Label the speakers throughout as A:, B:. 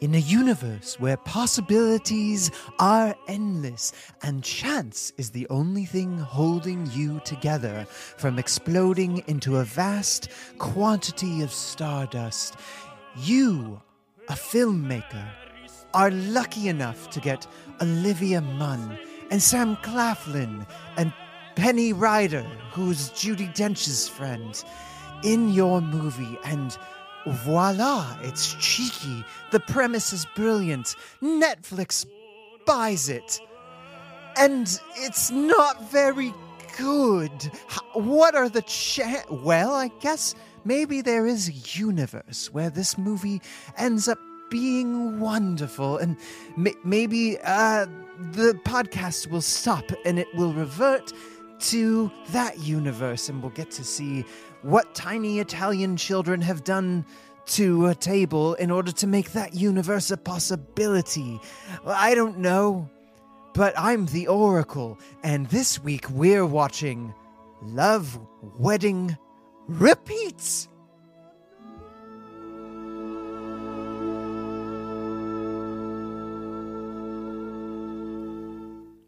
A: in a universe where possibilities are endless and chance is the only thing holding you together from exploding into a vast quantity of stardust, you, a filmmaker, are lucky enough to get Olivia Munn and Sam Claflin and Penny Ryder, who's Judy Dench's friend, in your movie and voila, it's cheeky. The premise is brilliant. Netflix buys it. And it's not very good. H- What are the chan Well, I guess maybe there is a universe where this movie ends up being wonderful, and ma- maybe uh, the podcast will stop and it will revert to that universe, and we'll get to see what tiny Italian children have done to a table in order to make that universe a possibility. I don't know. But I'm the Oracle, and this week we're watching Love Wedding Repeats.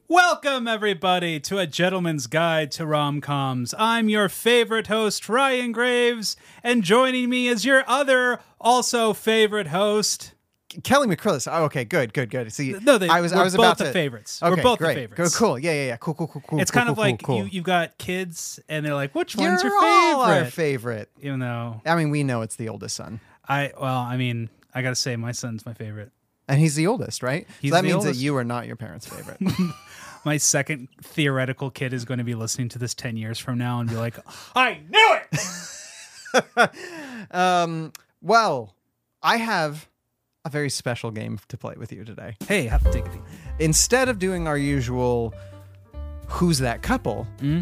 B: Welcome, everybody, to A Gentleman's Guide to Rom Coms. I'm your favorite host, Ryan Graves, and joining me is your other, also favorite host.
A: Kelly McCrillis. Oh, okay, good, good, good. See,
B: No, they-
A: I was, I
B: we're
A: was
B: both
A: about
B: the
A: to-
B: favorites.
A: Okay,
B: We're both the
A: great.
B: favorites.
A: Go- Cool. Yeah, yeah, yeah. Cool, cool, cool, cool.
B: It's
A: cool,
B: kind of
A: cool,
B: like
A: cool,
B: You,
A: cool.
B: you've got kids, and they're like, which
A: You're
B: one's your
A: all our
B: favorite?
A: favorite.
B: Even though
A: I mean, we know it's the oldest son,
B: I, well, I mean, I gotta say, my son's my favorite.
A: and he's the oldest, right?
B: He's
A: so that
B: the
A: means
B: oldest.
A: that you are not your parents' favorite.
B: My second theoretical kid is going to be listening to this 10 years from now and be like, I knew it!
A: um, well, I have a very special game to play with you today.
B: Hey, have to take a deep
A: instead of doing our usual who's that couple,
B: Mm-hmm.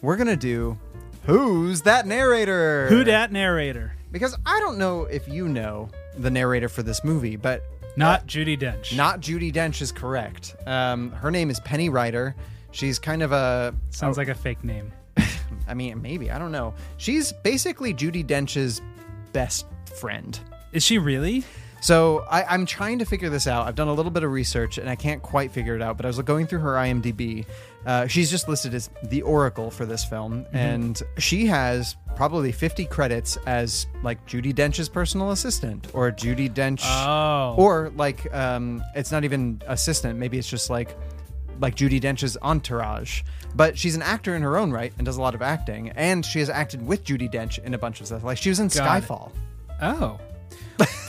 A: we're gonna do who's dat narrator?
B: Who dat narrator?
A: Because I don't know if you know the narrator for this movie, but
B: Not Judy Dench.
A: not Judy Dench is correct. Um, her name is Penny Ryder. She's kind of a
B: Sounds like a fake name.
A: I mean, maybe, I don't know. She's basically Judy Dench's best friend.
B: Is she really?
A: So I, I'm trying to figure this out. I've done a little bit of research and I can't quite figure it out. But I was going through her IMDb. Uh, she's just listed as the Oracle for this film,
B: Mm-hmm.
A: and she has probably 50 credits as like Judy Dench's personal assistant or Judy Dench,
B: Oh.
A: or like um, it's not even assistant. Maybe it's just like like Judy Dench's entourage. But she's an actor in her own right and does a lot of acting, and she has acted with Judy Dench in a bunch of stuff. Like she was in
B: Got it.
A: Skyfall.
B: Oh.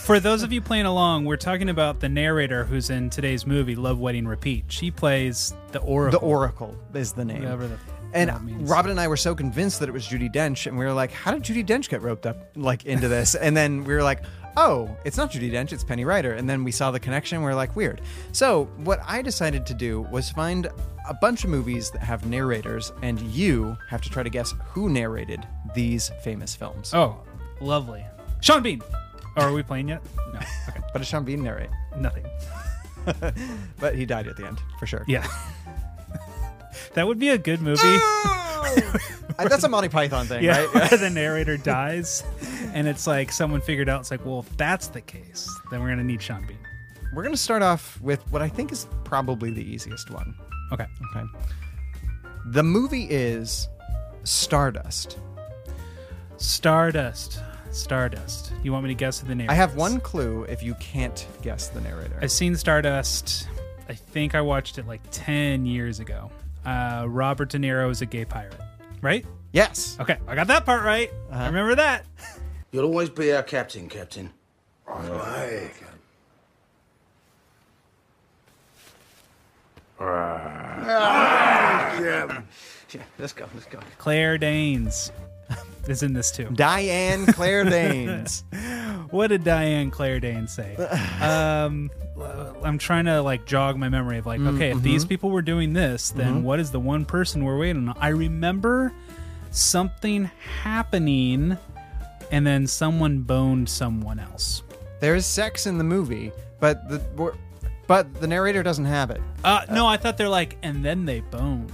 B: For those of you playing along, we're talking about the narrator who's in today's movie, Love Wedding Repeat. She plays the
A: The
B: Oracle.
A: Oracle is the name.
B: Whatever the that
A: and
B: means.
A: Robin and I were so convinced that it was Judy Dench, and we were like, "How did Judy Dench get roped up like into this?" and then we were like, "Oh, it's not Judy Dench, it's Penny Ryder." And then we saw the connection. We are like, "Weird." So what I decided to do was find a bunch of movies that have narrators, and you have to try to guess who narrated these famous films.
B: oh, lovely. Sean Bean. Oh, are we playing yet? No. Okay.
A: But it's Sean Bean narrate,
B: Nothing.
A: but he died at the end for sure.
B: Yeah. that would be a good movie.
A: Uh, That's a Monty Python thing,
B: Yeah,
A: right?
B: where the narrator dies, and it's like someone figured out. It's like, well, if that's the case, then we're gonna need Sean Bean.
A: We're gonna start off with what I think is probably the easiest one.
B: Okay,
A: Okay. The movie is Stardust.
B: Stardust, Stardust. You want me to guess who the narrator?
A: I have
B: is?
A: one clue if you can't guess the narrator.
B: I've seen Stardust. I think I watched it like ten years ago. Uh, Robert De Niro is a gay pirate, right?
A: yes.
B: Okay, I got that part right. I remember that.
C: You'll always be our captain, Captain. Ah. Yeah, let's go, let's go.
B: Claire Danes is in this too.
A: Diane Claire Danes.
B: What did Diane Claire Dane say? um, I'm trying to like jog my memory of like, okay, if these people were doing this, then what is the one person we're waiting on? I remember something happening, and then someone boned someone else.
A: there is sex in the movie, but the we're- but the narrator doesn't have it.
B: Uh, no, I thought they're like, and then they boned.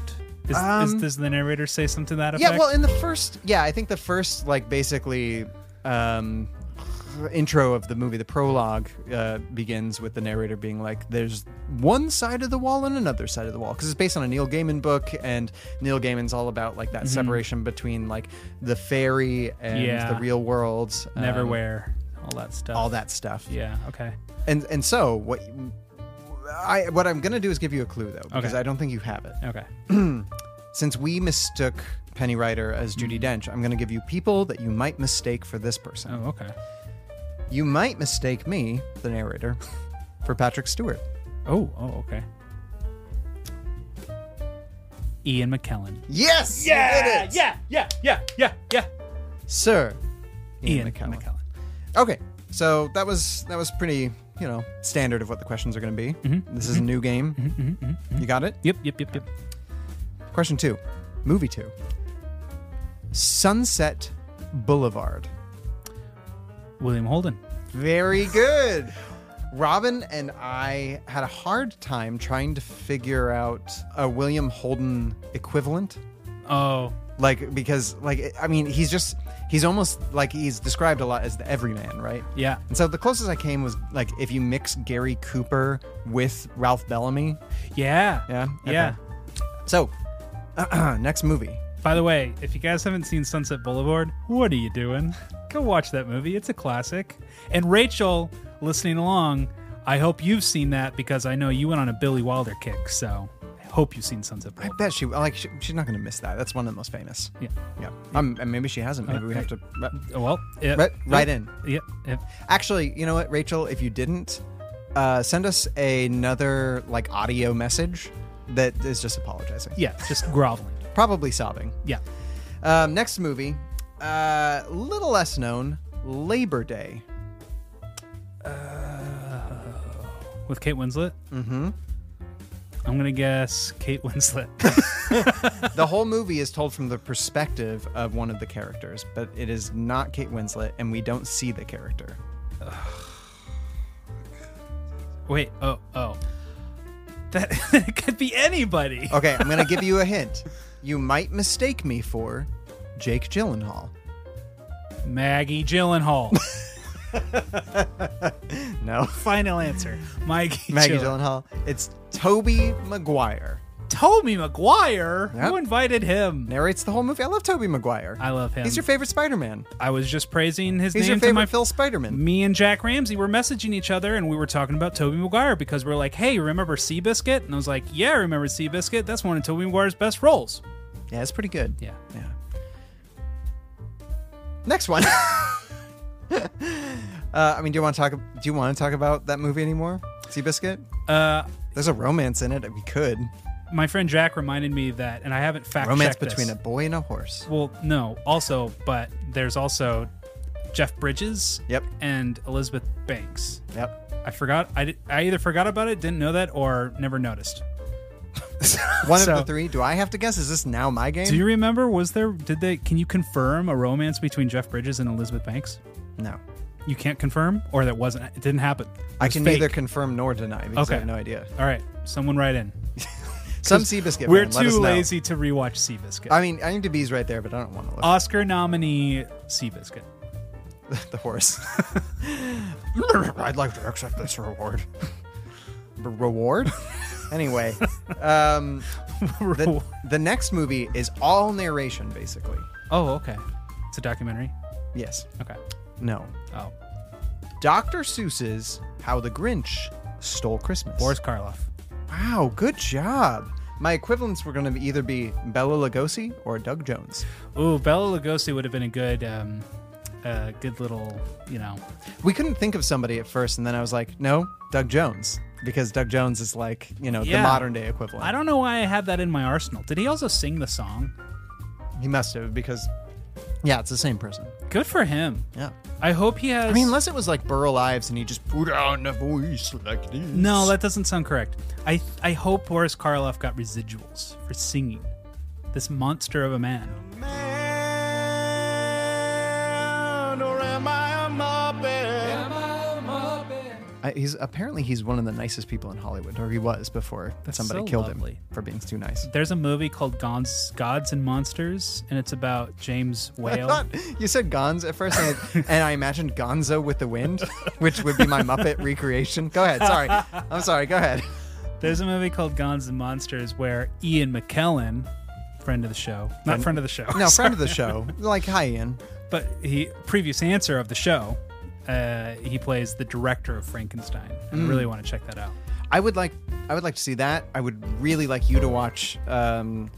B: Is,
A: Um,
B: is, does the narrator say something to that effect?
A: Yeah, well, in the first, yeah, I think the first, like, basically, um, pr- intro of the movie, the prologue uh, begins with the narrator being like, "There's one side of the wall and another side of the wall," because it's based on a Neil Gaiman book, and Neil Gaiman's all about like
B: Mm-hmm.
A: that separation between like the fairy and
B: Yeah.
A: the real world, um,
B: Neverwhere, all that stuff.
A: all that stuff.
B: Yeah. Okay.
A: And and so what I what I'm gonna do is give you a clue though, because
B: Okay.
A: I don't think you have it.
B: Okay.
A: Since we mistook Penny Ryder as Judy
B: Mm.
A: Dench, I'm gonna give you people that you might mistake for this person.
B: Oh, okay.
A: You might mistake me, the narrator, for Patrick Stewart.
B: Oh. Oh. Okay. Ian McKellen.
A: Yes! you did it!
B: Yeah. Yeah. Yeah. Yeah. Yeah.
A: Sir
B: Ian,
A: Ian,
B: McKellen.
A: McKellen. Okay. So that was that was pretty, you know, standard of what the questions are gonna be.
B: Mm-hmm.
A: This is a new game. You got it?
B: Yep. Yep. Yep. Yep.
A: Question two, movie two. Sunset Boulevard.
B: William Holden.
A: Very good. Robin and I had a hard time trying to figure out a William Holden equivalent.
B: Oh.
A: Like, because, like, I mean, he's just, he's almost like he's described a lot as the everyman, right?
B: Yeah.
A: And so the closest I came was like if you mix Gary Cooper with Ralph Bellamy.
B: Yeah.
A: Yeah? Okay.
B: Yeah.
A: So, next movie.
B: By the way, if you guys haven't seen Sunset Boulevard, what are you doing? Go watch that movie. It's a classic. And Rachel, listening along, I hope you've seen that because I know you went on a Billy Wilder kick. So I hope you've seen Sunset
A: I
B: Boulevard.
A: bet she like she, she's not going to miss that. That's one of the most famous.
B: Yeah. Uh, Oh,
A: Yeah. Um, and maybe she hasn't. Maybe we have to. but-
B: Well, yeah.
A: Right- right in.
B: Yeah. yeah.
A: Actually, you know what, Rachel? If you didn't, uh, send us another like audio message that is just apologizing.
B: Yeah, Just groveling.
A: Probably sobbing.
B: Yeah.
A: Um, next movie, uh, little less known, Labor Day.
B: With Kate Winslet. Mm hmm.
A: Mm-hmm.
B: I'm going to guess Kate Winslet.
A: The whole movie is told from the perspective of one of the characters, but it is not Kate Winslet, and we don't see the character.
B: Wait. Oh, oh. That it could be anybody.
A: Okay, I'm gonna give you a hint. You might mistake me for Jake Gyllenhaal.
B: Maggie Gyllenhaal.
A: No,
B: Final answer. Maggie,
A: Maggie
B: Gyllenhaal.
A: Gyllenhaal. It's Toby Maguire.
B: Toby Maguire?
A: Yep.
B: Who invited him?
A: narrates the whole movie. I love Toby Maguire.
B: I love him.
A: He's your favorite Spider-Man.
B: I was just praising his
A: He's
B: name
A: your
B: to
A: favorite
B: my
A: Phil Spider-Man.
B: Me and Jack Ramsey were messaging each other and we were talking about Toby Maguire because we are like, hey, remember Seabiscuit? And I was like, yeah, I remember Seabiscuit. That's one of Toby Maguire's best roles.
A: Yeah, that's pretty good.
B: Yeah.
A: Yeah. Next one. uh, I mean, do you want to talk? Do you want to talk about that movie anymore? Seabiscuit.
B: Uh,
A: There's a romance in it. We could
B: my friend Jack reminded me of that, and I haven't fact
A: romance
B: checked this.
A: between a boy and a horse.
B: Well, no. Also, but there's also Jeff Bridges.
A: Yep.
B: And Elizabeth Banks.
A: Yep.
B: I forgot. I, did, I either forgot about it, didn't know that, or never noticed.
A: One
B: So-
A: of the three. Do I have to guess? Is this now my game?
B: Do you remember? Was there? Did they? Can you confirm a romance between Jeff Bridges and Elizabeth Banks?
A: no.
B: You can't confirm, or that wasn't. It didn't happen. It
A: I
B: was
A: can
B: fake.
A: neither confirm nor deny because I
B: Okay.
A: have no idea.
B: All right, someone write in.
A: Some Seabiscuit.
B: We're
A: fan, let us
B: too
A: know.
B: lazy to rewatch Seabiscuit.
A: I mean, IMDb's right there, but I don't want to look.
B: Oscar nominee Seabiscuit.
A: the horse. I'd like to accept this reward. Reward? anyway, um, the, the next movie is all narration, basically.
B: oh, okay. It's a documentary.
A: Yes.
B: Okay.
A: No.
B: Oh,
A: Dr. Seuss's How the Grinch Stole Christmas.
B: Boris Karloff.
A: Wow, good job. My equivalents were going to either be Bella Lugosi or Doug Jones.
B: Ooh, Bella Lugosi would have been a good, um, uh, good little, you know.
A: We couldn't think of somebody at first, and then I was like, no, Doug Jones. Because Doug Jones is like, you know, the
B: Yeah.
A: modern day equivalent.
B: I don't know why I had that in my arsenal. Did he also sing the song?
A: He must have because, yeah, it's the same person.
B: Good for him.
A: Yeah.
B: I hope he has.
A: I mean, unless it was like Burl Ives and he just put on a voice like this.
B: No, that doesn't sound correct. I I hope Boris Karloff got residuals for singing. This monster of a man.
A: I, I, he's apparently he's one of the nicest people in Hollywood, or he was before somebody
B: so
A: killed
B: lovely.
A: him for being too nice.
B: There's a movie called Gons, Gods and Monsters, and it's about James
A: I
B: Whale.
A: thought you said Gonz at first, and, and I imagined Gonzo with the wind, which would be my Muppet recreation. Go ahead. Sorry, I'm sorry. Go ahead.
B: There's a movie called Gods and Monsters where Ian McKellen, friend of the show, not friend of the show,
A: No, friend of the show. Like, hi, Ian.
B: but he previous answer of the show, uh, he plays the director of Frankenstein.
A: Mm.
B: I really want to check that out.
A: I would like, I would like to see that. I would really like you to watch. Um,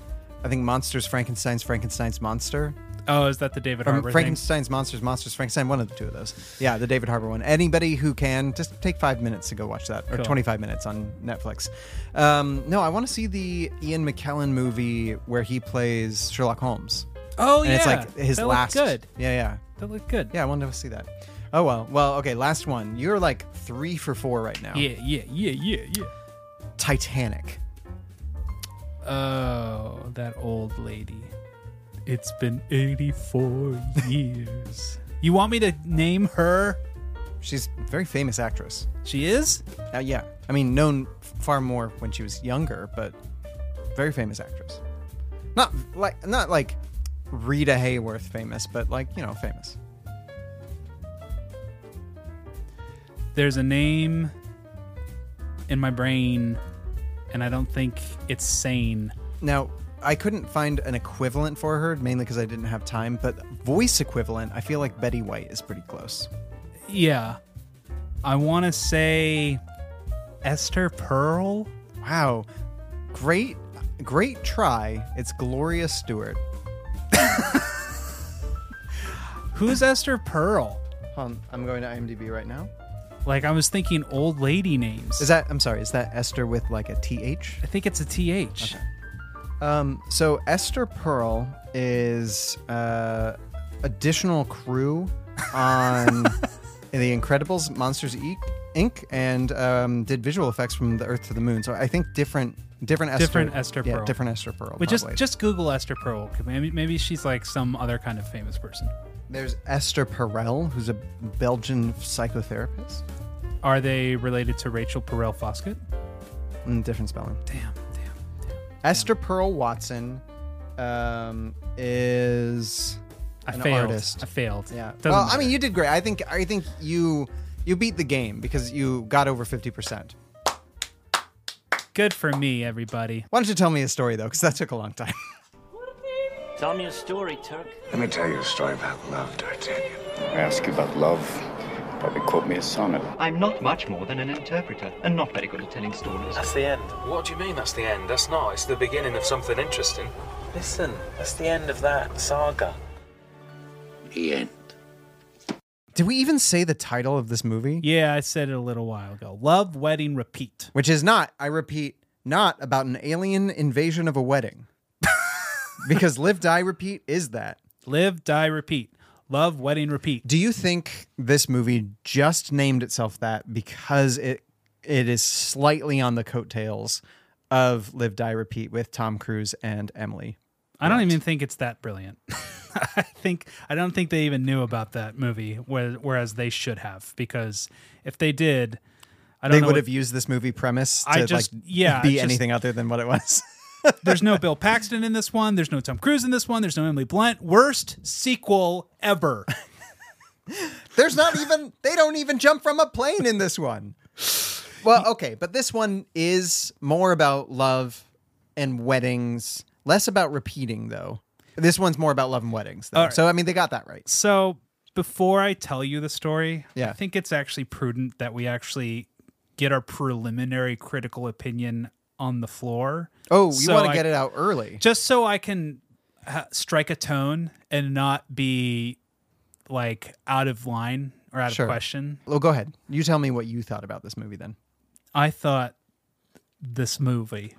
A: I think Monsters, Frankenstein's, Frankenstein's Monster.
B: Oh, is that the David
A: Or
B: Harbour thing?
A: Frankenstein's Monsters, Monsters, Frankenstein, one of the two of those. Yeah, the David Harbour one. Anybody who can, just take five minutes to go watch that, or
B: Cool.
A: 25 minutes on Netflix. Um, no, I want to see the Ian McKellen movie where he plays Sherlock Holmes.
B: Oh
A: And
B: yeah,
A: it's like his
B: that
A: last.
B: Looked good.
A: Yeah, yeah.
B: That looked good.
A: Yeah, I wanted to see that. Oh, well. Well, okay, last one. You're like three for four right now.
B: yeah, yeah, yeah, yeah,
A: Titanic.
B: yeah. Oh, that old lady. It's been 84 years. You want me to name her?
A: She's a very famous actress.
B: She is.
A: Uh, yeah. I mean, known f- far more when she was younger, but very famous actress. Not like not like Rita Hayworth famous, but like, you know, famous.
B: there's a name in my brain and I don't think it's sane.
A: Now, I couldn't find an equivalent for her mainly because I didn't have time, but voice equivalent, I feel like Betty White is pretty close.
B: Yeah. I want to say Esther Pearl.
A: Wow. Great great try. It's Gloria Stewart.
B: Who's Esther Pearl?
A: Um, I'm going to IMDb right now.
B: Like I was thinking old lady names.
A: Is that I'm sorry, is that Esther with like a TH?
B: I think it's a TH.
A: Um, so Esther Pearl is uh, additional crew on The Incredibles, Monsters Inc., Inc., and um, did visual effects from the Earth to the Moon. So I think different, different Esther,
B: Different Esther
A: yeah,
B: Pearl.
A: different Esther Pearl.
B: But just
A: probably.
B: just Google Esther Pearl. 'cause Maybe maybe she's like some other kind of famous person.
A: there's Esther Perel, who's a Belgian psychotherapist.
B: Are they related to Rachel Perel Foskett?
A: Mm, different spelling.
B: Damn, damn.
A: Esther Pearl Watson um, is
B: I
A: An
B: failed.
A: artist.
B: I failed.
A: Yeah.
B: Doesn't
A: well, I
B: matter.
A: mean, you did great. I think I think you you beat the game because you got over fifty percent.
B: good for me, everybody.
A: Why don't you tell me a story though? Because that took a long time.
D: Tell me a story, Turk.
E: Let me tell you a story about love, D'Artagnan. I ask you about love, you probably quote me a sonnet.
F: I'm not much more than an interpreter and not very good at telling stories.
G: That's the end. What do you mean that's the end? That's not. It's the beginning of something interesting. Listen, that's the end of that saga.
E: The end.
A: Did we even say the title of this movie?
B: Yeah, I said it a little while ago. Love, wedding, repeat.
A: Which is not, I repeat, not about an alien invasion of a wedding. because live, die, repeat is that.
B: Live, die, repeat. Love, wedding, repeat.
A: Do you think this movie just named itself that because it it is slightly on the coattails of Live, Die, Repeat with Tom Cruise and Emily?
B: I don't even think it's that brilliant. I think I don't think they even knew about that movie, where- whereas they should have, because if they did, I don't
A: they
B: know.
A: would
B: what-
A: have used this movie premise to
B: I just-
A: like
B: yeah,
A: be
B: it's just-
A: anything other than what it was.
B: there's no Bill Paxton in this one. There's no Tom Cruise in this one. There's no Emily Blunt. Worst sequel ever.
A: There's not even they don't even jump from a plane in this one. Well, okay, but this one is more about love and weddings, less about repeating though. This one's more about love and weddings though.
B: All right.
A: So I mean they got that right.
B: So before I tell you the story,
A: Yeah.
B: I think it's actually prudent that we actually get our preliminary critical opinion on the floor.
A: Oh, you
B: So
A: want to
B: I-
A: get it out early.
B: just so I can ha- strike a tone and not be like out of line or out
A: Sure.
B: of question.
A: Well, go ahead. You tell me what you thought about this movie then.
B: I thought this movie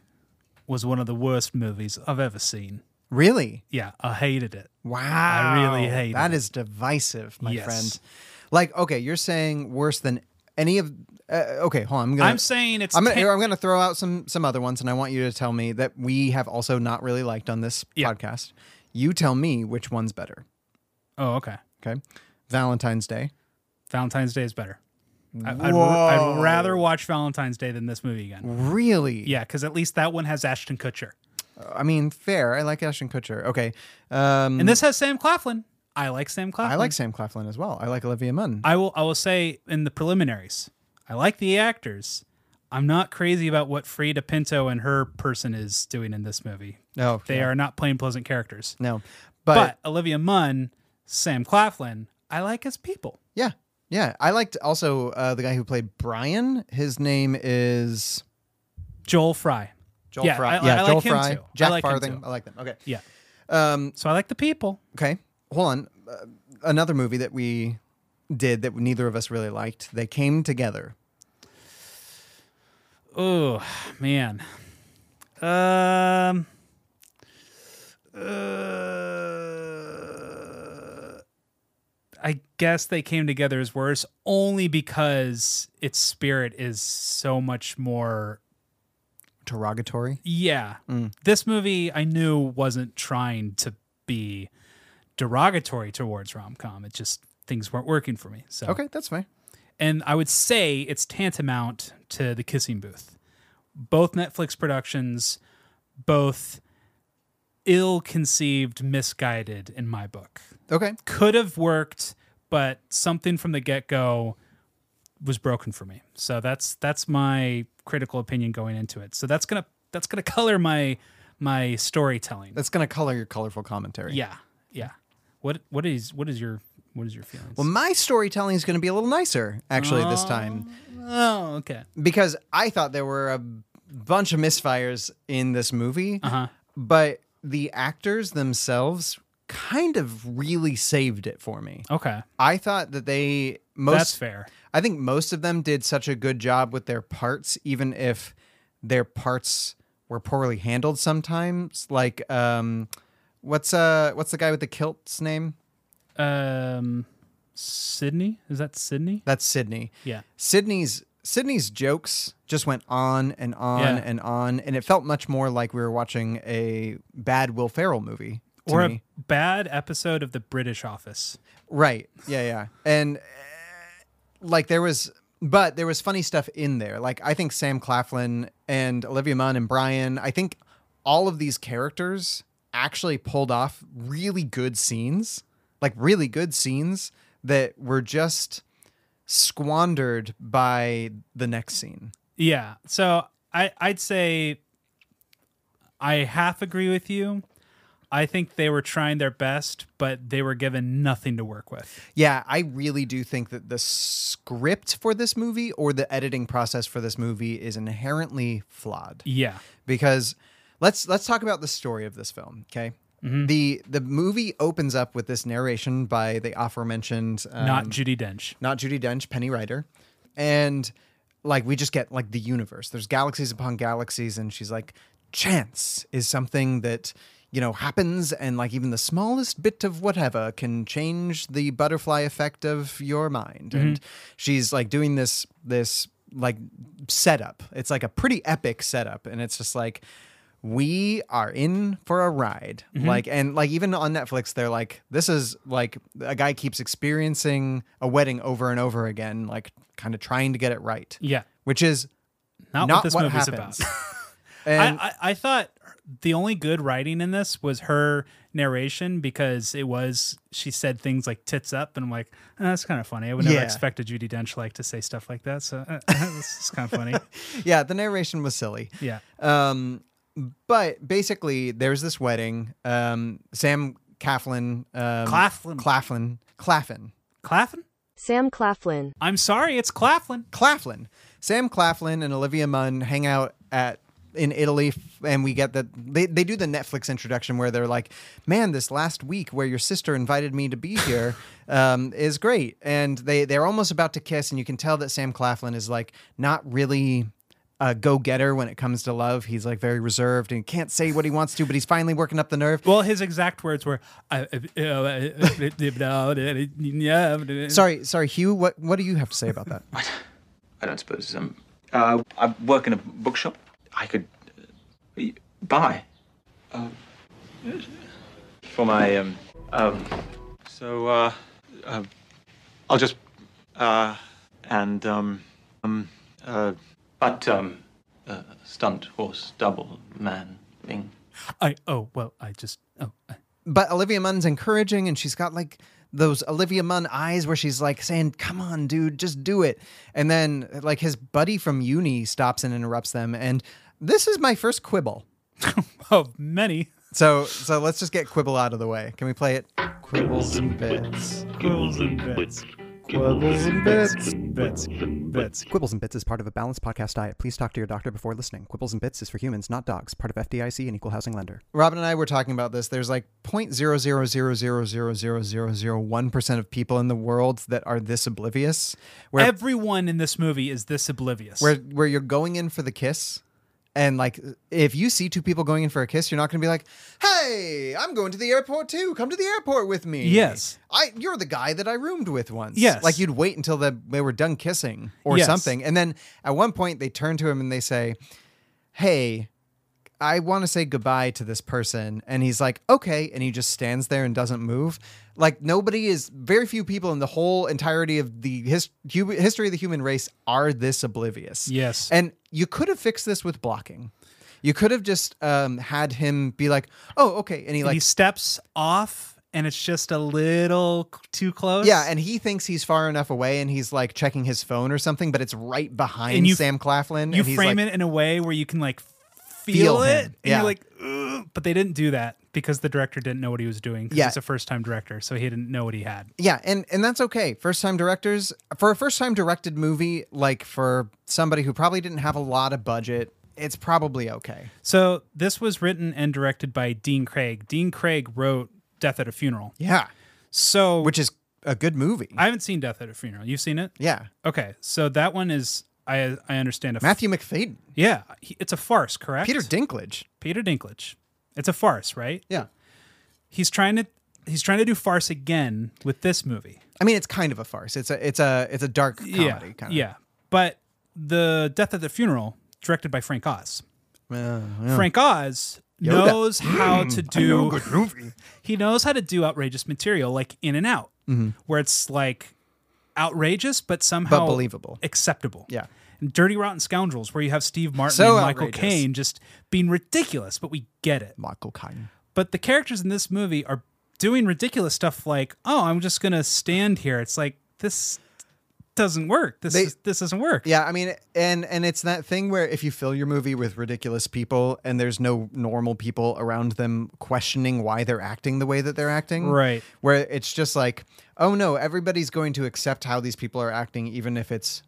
B: was one of the worst movies I've ever seen.
A: Really?
B: Yeah, I hated it.
A: Wow.
B: really hate
A: That
B: it.
A: is divisive, my
B: Yes.
A: friend. Like, okay, you're saying worse than any of uh, okay, hold on. I'm gonna
B: I'm saying it's
A: I'm gonna,
B: ten-
A: here, I'm gonna throw out some some other ones, and I want you to tell me that we have also not really liked on this
B: Yeah.
A: podcast. You tell me which one's better.
B: oh okay.
A: Okay, Valentine's Day,
B: Valentine's Day is better. I, I'd, I'd rather watch Valentine's Day than this movie again.
A: Mm-hmm. Really?
B: Yeah, because at least that one has Ashton Kutcher,
A: I mean, fair. I like Ashton Kutcher. Okay. Um,
B: and this has Sam Claflin. I like Sam Claflin.
A: I like Sam Claflin as well. I like Olivia Munn.
B: I will. I will say in the preliminaries, I like the actors. I'm not crazy about what Frida Pinto and her person is doing in this movie.
A: No,
B: They are not plain pleasant characters.
A: Oh, no, but,
B: But, Olivia Munn, Sam Claflin, I like as people.
A: yeah, yeah. I liked also uh, the guy who played Brian. His name is
B: Joel Fry.
A: Joel
B: yeah,
A: Fry.
B: I, I-
A: yeah,
B: I like
A: Joel
B: him
A: Fry.
B: too. I
A: Jack
B: like him
A: Farthing.
B: too.
A: I like them. Okay.
B: Yeah.
A: Um,
B: So I like the people.
A: Okay, hold on. Uh, another movie that we did that neither of us really liked. They came together.
B: Oh man. Um. uh, I guess they came together as worse only because its spirit is so much more.
A: Derogatory.
B: Yeah,
A: Mm.
B: this movie I knew wasn't trying to be derogatory towards rom com. It just things weren't working for me. So
A: Okay, that's fine.
B: and I would say it's tantamount to the Kissing Booth. Both Netflix productions, both ill-conceived, misguided in my book.
A: Okay,
B: Could have worked, but something from the get-go was broken for me. So that's that's my critical opinion going into it. So that's gonna that's gonna color my my storytelling.
A: that's gonna color your colorful commentary.
B: yeah, yeah. What what is what is your what is your feelings?
A: Well, my storytelling is gonna be a little nicer actually this time
B: oh, okay.
A: because I thought there were a bunch of misfires in this movie,
B: Uh-huh.
A: but the actors themselves kind of really saved it for me.
B: Okay.
A: I thought that they most
B: That's fair.
A: I think most of them did such a good job with their parts, even if their parts were poorly handled sometimes. Like, um, what's uh, what's the guy with the kilt's name?
B: um Sydney? Is that Sydney?
A: That's Sydney.
B: Yeah.
A: Sydney's Sydney's jokes just went on and on
B: Yeah.
A: and on, and it felt much more like we were watching a bad Will Ferrell movie. To
B: Or
A: me.
B: a bad episode of the British Office.
A: Right. Yeah, yeah. And uh, like there was but there was funny stuff in there. Like I think Sam Claflin and Olivia Munn and Brian, I think all of these characters actually pulled off really good scenes. Like really good scenes that were just squandered by the next scene.
B: Yeah. So I I'd say I half agree with you. I think they were trying their best, but they were given nothing to work with.
A: Yeah, I really do think that the script for this movie or the editing process for this movie is inherently flawed.
B: Yeah.
A: because let's let's talk about the story of this film okay the the movie opens up with this narration by the aforementioned um,
B: Not Judy Dench.
A: not judy dench penny ryder and like we just get like the universe there's galaxies upon galaxies and she's like chance is something that you know happens and like even the smallest bit of whatever can change the butterfly effect of your mind and she's like doing this this like setup it's like a pretty epic setup and it's just like we are in for a ride
B: Mm-hmm.
A: like and like even on netflix they're like this is like a guy keeps experiencing a wedding over and over again like kind of trying to get it right
B: Yeah.
A: which is
B: Not,
A: not
B: what this
A: what
B: movie's
A: happens.
B: about.
A: and
B: I, I, I thought the only good writing in this was her narration because it was she said things like tits up and I'm like "Oh, that's kind of funny I would never
A: Yeah.
B: expect a Judy Dench like to say stuff like that so uh, this is kind of funny
A: yeah the narration was silly
B: yeah
A: Um, but basically, there's this wedding. Um, Sam Claflin, um,
B: Claflin.
A: Claflin, Claflin,
B: Claflin
H: Sam Claflin.
B: I'm sorry it's Claflin
A: Claflin. Sam Claflin and Olivia Munn hang out at in Italy, f- and we get that they they do the Netflix introduction where they're like, "Man, this last week where your sister invited me to be here um, is great," and they they're almost about to kiss, and you can tell that Sam Claflin is like not really. A go-getter when it comes to love. He's like very reserved and can't say what he wants to, but he's finally working up the nerve.
B: well his exact words were "I- I- uh,
A: Sorry, sorry, Hugh. What what do you have to say about that?
F: I don't suppose um uh I work in a bookshop. I could uh, buy uh, for my um um so uh, uh I'll just uh and um, um, uh, but um, uh, stunt horse, double man thing.
B: I oh well, I just oh I,
A: but Olivia Munn's encouraging and she's got like those Olivia Munn eyes where she's like saying, "Come on, dude, just do it." And then like his buddy from uni stops and interrupts them and this is my first quibble.
B: oh many.
A: So so let's just get quibble out of the way. Can we play it? Quibbles and bits.
B: Quibbles and bits. Quibbles and bits. Bits. Bits.
I: Quibbles and Bits is part of a balanced podcast diet. Please talk to your doctor before listening. Quibbles and Bits is for humans, not dogs. Part of FDIC and Equal Housing Lender.
A: Robin and I were talking about this. There's like 0.000000001% of people in the world that are this oblivious where
B: Everyone in this movie is this oblivious.
A: where where you're going in for the kiss and like if you see two people going in for a kiss you're not going to be like hey i'm going to the airport too come to the airport with me
B: Yes.
A: i you're the guy that i roomed with once
B: Yes.
A: like you'd wait until the, they were done kissing or
B: Yes.
A: something and then at one point they turn to him and they say hey i want to say goodbye to this person and he's like okay and he just stands there and doesn't move like nobody is very few people in the whole entirety of the his, hu- history of the human race are this oblivious
B: Yes.
A: and you could have fixed this with blocking. You could have just um, had him be like, "Oh, okay," and he
B: And
A: like,
B: he steps off and it's just a little c- too close.
A: yeah, and he thinks he's far enough away, and he's like checking his phone or something, but it's right behind
B: And you-
A: Sam Claflin.
B: you
A: and he's
B: frame
A: like,
B: it in a way where you can like
A: Feel
B: feel,
A: him,
B: it. And
A: yeah.
B: you're like, "Ugh," but they didn't do that because the director didn't know what he was doing. 'cause
A: Yeah.
B: He's a first time director, so he didn't know what he had.
A: Yeah, and and that's okay. First time directors for a first time directed movie, like for somebody who probably didn't have a lot of budget, it's probably okay.
B: So this was written and directed by Dean Craig. Dean Craig wrote Death at a Funeral.
A: Yeah,
B: So
A: which is a good movie.
B: I haven't seen Death at a Funeral. You've seen it?
A: yeah,
B: Okay. So that one is I I understand a
A: Matthew McFadden,
B: Yeah, he- it's a farce, correct?
A: Peter Dinklage.
B: Peter Dinklage. It's a farce, right?
A: Yeah,
B: He's trying to he's trying to do farce again with this movie.
A: I mean it's kind of a farce. It's a it's a it's a dark comedy
B: yeah,
A: kind of.
B: yeah. But the Death at the Funeral, directed by Frank Oz.
A: Uh,
B: Frank Oz knows how to do he knows how to do outrageous material like in and out where it's like outrageous but somehow
A: Mm-hmm. But believable.
B: acceptable
A: Yeah.
B: and dirty rotten scoundrels where you have steve martin
A: So
B: and michael
A: outrageous.
B: caine just being ridiculous but we get it
A: Michael Caine.
B: but the characters in this movie are doing ridiculous stuff like oh i'm just gonna stand here it's like this doesn't work this
A: They-
B: is, this doesn't work
A: Yeah, I mean, and and it's that thing where if you fill your movie with ridiculous people and there's no normal people around them questioning why they're acting the way that they're acting,
B: Right.
A: Where it's just like, oh no, everybody's going to accept how these people are acting, even if it's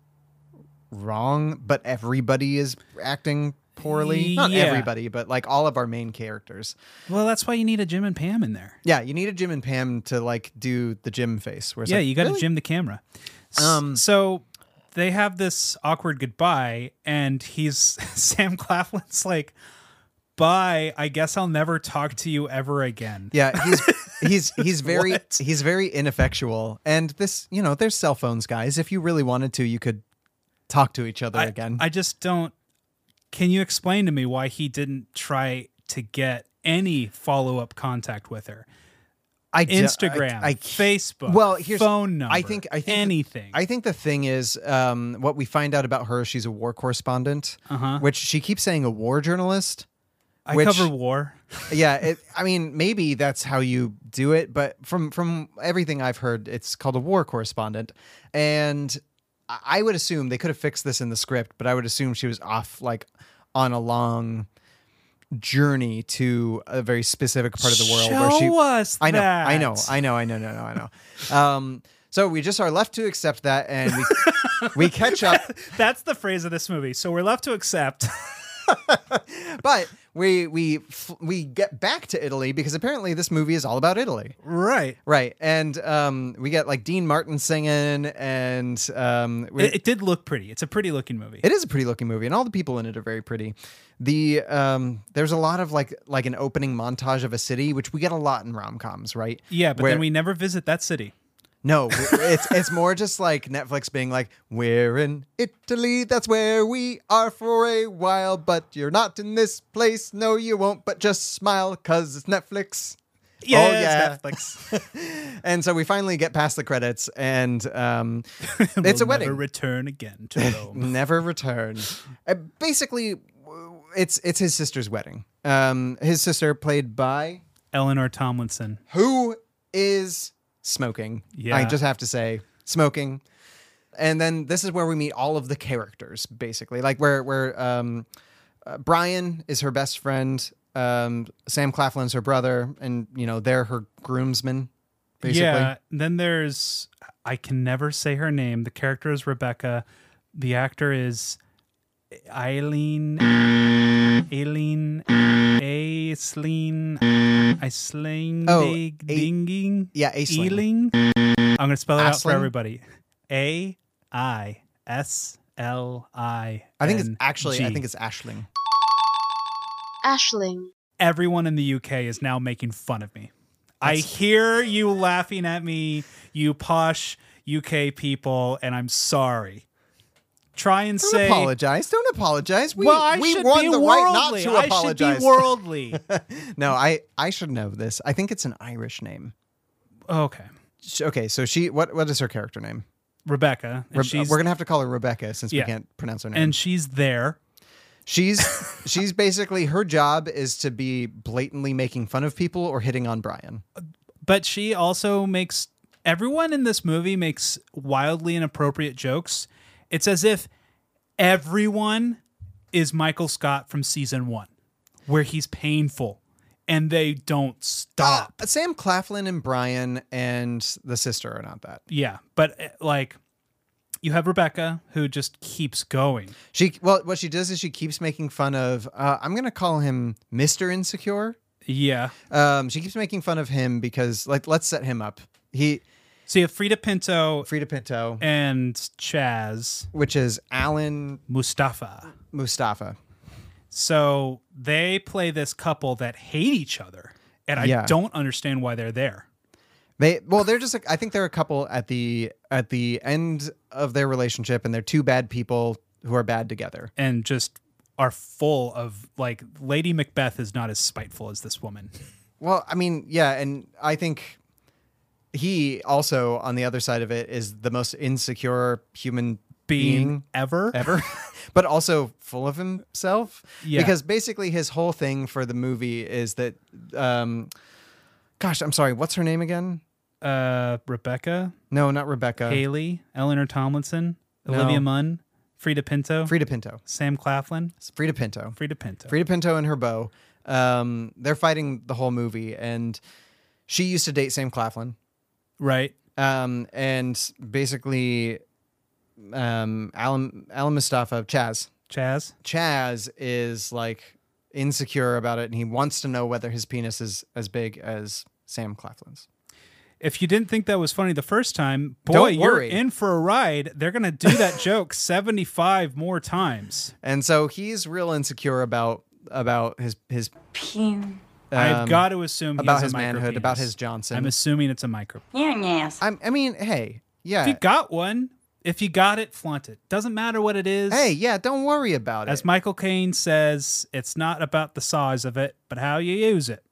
A: wrong. But everybody is acting poorly. Not
B: Yeah.
A: everybody, but like all of our main characters.
B: well that's why you need a jim and pam in there
A: Yeah, you need a Jim and Pam to like do the Jim face. Where it's
B: yeah
A: like,
B: you got to
A: "Really?" Um,
B: jim the camera S- so they have this awkward goodbye and he's sam claflin's like bye i guess i'll never talk to you ever again
A: Yeah, he's he's he's very he's very ineffectual. And this, you know, there's cell phones, guys. If you really wanted to, you could talk to each other
B: I,
A: again.
B: i just don't can you explain to me why he didn't try to get any follow-up contact with her
A: I ju-
B: Instagram, Facebook, phone number,
A: I think I think
B: anything.
A: I think the thing is um, what we find out about her. She's a war correspondent,
B: Uh-huh.
A: which she keeps saying a war journalist.
B: i
A: Which-
B: cover war
A: yeah, it, I mean, maybe that's how you do it, but from from everything I've heard, it's called a war correspondent, and I- I would assume they could have fixed this in the script, but I would assume she was off like on a long journey to a very specific part of the world where she
B: Show us
A: I know, I
B: that.
A: know, I know, I know, no, no, I know. Um, so we just are left to accept that, and we we catch up.
B: that's the phrase of this movie so we're left to accept
A: but we we f- we get back to Italy because apparently this movie is all about Italy.
B: right
A: Right, and um, we get like Dean Martin singing, and um, we,
B: it, it did look pretty it's a pretty looking movie
A: it is a pretty looking movie, and all the people in it are very pretty. The um, there's a lot of like like an opening montage of a city, which we get a lot in rom coms, right?
B: yeah but
A: Where- Oh,
B: then we never visit that city
A: no, it's it's more just like Netflix being like, we're in Italy, that's where we are for a while, but you're not in this place, no, you won't, but just smile, cause it's Netflix.
B: Yeah,
A: oh,
B: it's
A: yeah.
B: Netflix.
A: And so we finally get past the credits, and um, it's a
B: We'll
A: wedding.
B: Never return again to Rome.
A: never return. Uh, basically, w- it's it's his sister's wedding. Um, his sister, played by
B: Eleanor Tomlinson.
A: who is smoking. I
B: Yeah.
A: just have to say, smoking. And then this is where we meet all of the characters, basically. Like where where um, uh, Brian is her best friend. Um, Sam Claflin's her brother, and you know they're her groomsmen. Basically,
B: Yeah. Then there's I can never say her name. The character is Rebecca. The actor is Eileen Eileen Aisleen Aisleen
A: Oh,
B: Ding-
A: A-
B: Dinging
A: yeah, Aisling.
B: Ealing. I'm gonna spell it out for
A: Aisling?
B: everybody. A I S L I.
A: I think it's actually I think it's Ashling.
C: Ashling.
B: everyone in the UK is now making fun of me. I hear you laughing at me, you posh UK people, and I'm sorry. Try and
A: Don't
B: say
A: apologize. Don't apologize. We,
B: well, I
A: we
B: should
A: won
B: be
A: the
B: worldly.
A: right not to apologize.
B: I should be worldly.
A: no, I I should know this. I think it's an Irish name.
B: okay,
A: Sh- Okay, so she what what is her character name?
B: Rebecca, and
A: Re-
B: she's
A: we're gonna have to call her Rebecca since
B: Yeah.
A: we can't pronounce her name.
B: and she's there.
A: she's she's basically her job is to be blatantly making fun of people or hitting on Brian.
B: but she also makes everyone in this movie makes wildly inappropriate jokes. It's as if everyone is Michael Scott from season one, where he's painful and they don't stop.
A: Uh, Sam Claflin and Brian and the sister are not that.
B: Yeah, but uh, like you have Rebecca who just keeps going.
A: She well, what she does is she keeps making fun of. Uh, I'm gonna call him Mister Insecure.
B: Yeah.
A: Um, she keeps making fun of him because like let's set him up. He
B: So you have Frida Pinto
A: Frida Pinto,
B: and Chaz
A: which is Alan
B: Mustafa.
A: Mustafa.
B: So they play this couple that hate each other. And I
A: Yeah.
B: don't understand why they're there.
A: They well, they're just. a- I think they're a couple at the at the end of their relationship, and they're two bad people who are bad together.
B: and just are full of like Lady Macbeth is not as spiteful as this woman.
A: Well, I mean, yeah, and I think he also on the other side of it is the most insecure human
B: Being,
A: being
B: ever.
A: ever, but also full of himself.
B: Yeah.
A: Because basically his whole thing for the movie is that, um, gosh, I'm sorry, what's her name again?
B: Uh Rebecca,
A: No, not Rebecca.
B: Haley, Eleanor Tomlinson, Olivia Munn, Frida Pinto,
A: Frida Pinto.
B: Sam Claflin,
A: Frida Pinto.
B: Frida Pinto.
A: Frida Pinto and her beau. Um, they're fighting the whole movie, and she used to date Sam Claflin.
B: right.
A: Um, and basically, um, Alan, Alan Mustafa, Chaz,
B: Chaz.
A: Chaz is like insecure about it, and he wants to know whether his penis is as big as Sam Claflin's.
B: If you didn't think that was funny the first time, boy,
A: Don't
B: you're
A: worry.
B: in for a ride. They're gonna do that joke seventy five more times.
A: And so he's real insecure about about his his
B: I've got to assume he
A: Um, about
B: has a
A: his manhood,
B: micropenis.
A: about his Johnson.
B: I'm assuming it's a micro.
A: I'm- I mean, hey,
B: If
A: yeah,
B: you got one, if you got it, flaunt it. Doesn't matter what it is.
A: hey, yeah, don't worry about it.
B: As Michael Caine says, it's not about the size of it, but how you use it.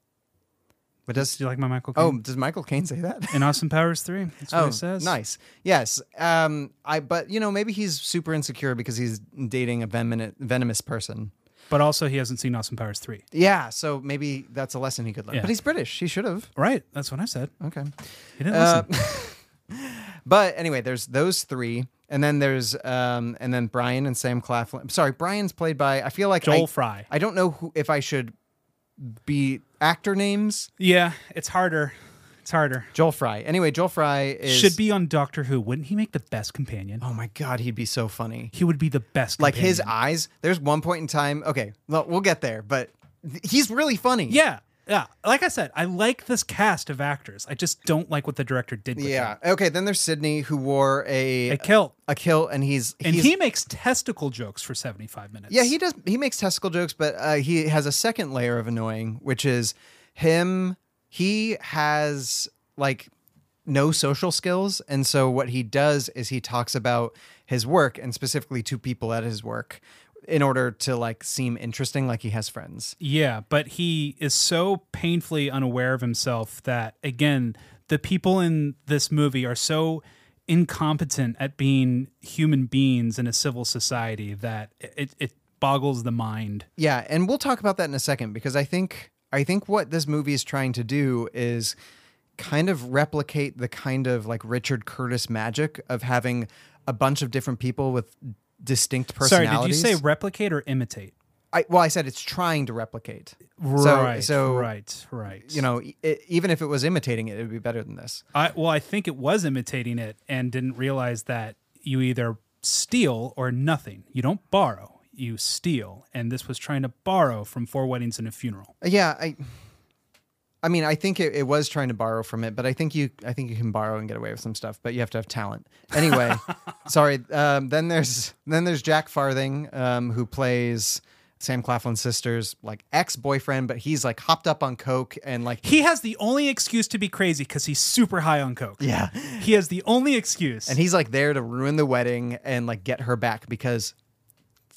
A: But does
B: Do you like my Michael
A: oh,
B: Caine?
A: does Michael Caine say that?
B: In Austin Powers 3, that's what
A: Oh,
B: he says.
A: nice. Yes. Um. I. But you know, maybe he's super insecure because he's dating a venomous, venomous person.
B: But also, he hasn't seen Austin Powers 3.
A: Yeah. So maybe that's a lesson he could learn.
B: Yeah.
A: But he's British. He should have.
B: Right, that's what I said.
A: Okay.
B: He didn't
A: Uh,
B: listen.
A: But anyway, there's those three, and then there's um, and then Brian and Sam Claflin. Sorry, Brian's played by. I feel like
B: Joel
A: I,
B: Fry.
A: I don't know who if I should be actor names.
B: Yeah, it's harder. It's harder.
A: Joel Fry. Anyway, Joel Fry is
B: Should be on Doctor Who. Wouldn't he make the best companion?
A: Oh my god, he'd be so funny.
B: He would be the best
A: like his
B: companion.
A: eyes. There's one point in time. Okay, well, we'll get there, but th- he's really funny.
B: Yeah, yeah. Like I said, I like this cast of actors. I just don't like what the director did with
A: yeah.
B: them.
A: Okay, then there's Sydney who wore a
B: A kilt.
A: a kilt, and he's
B: And
A: he's-
B: he makes testicle jokes for 75 minutes.
A: yeah he does he makes testicle jokes, but uh, he has a second layer of annoying, which is him. He has like no social skills, and so what he does is he talks about his work and specifically two people at his work. in order to like seem interesting, like he has friends.
B: Yeah, but he is so painfully unaware of himself that again, the people in this movie are so incompetent at being human beings in a civil society that it it boggles the mind.
A: Yeah, and we'll talk about that in a second because I think I think what this movie is trying to do is kind of replicate the kind of like Richard Curtis magic of having a bunch of different people with distinct
B: Sorry, did you
A: personalities.
B: say replicate or imitate?
A: I, well, I said it's trying to replicate.
B: Right.
A: so,
B: right, right.
A: You know, e- e- even if it was imitating it, it would be better than this.
B: I well, I think it was imitating it and didn't realize that you either steal or nothing. You don't borrow, you steal. And this was trying to borrow from four weddings and a funeral.
A: Yeah, I. I mean, I think it, it was trying to borrow from it, but I think you, I think you can borrow and get away with some stuff, but you have to have talent. Anyway, sorry. Um, then there's then there's Jack Farthing, um, who plays Sam Claflin's sister's like ex boyfriend, but he's like hopped up on coke and like
B: He has the only excuse to be crazy because he's super high on coke.
A: Yeah.
B: he has the only excuse.
A: and he's like there to ruin the wedding and like get her back because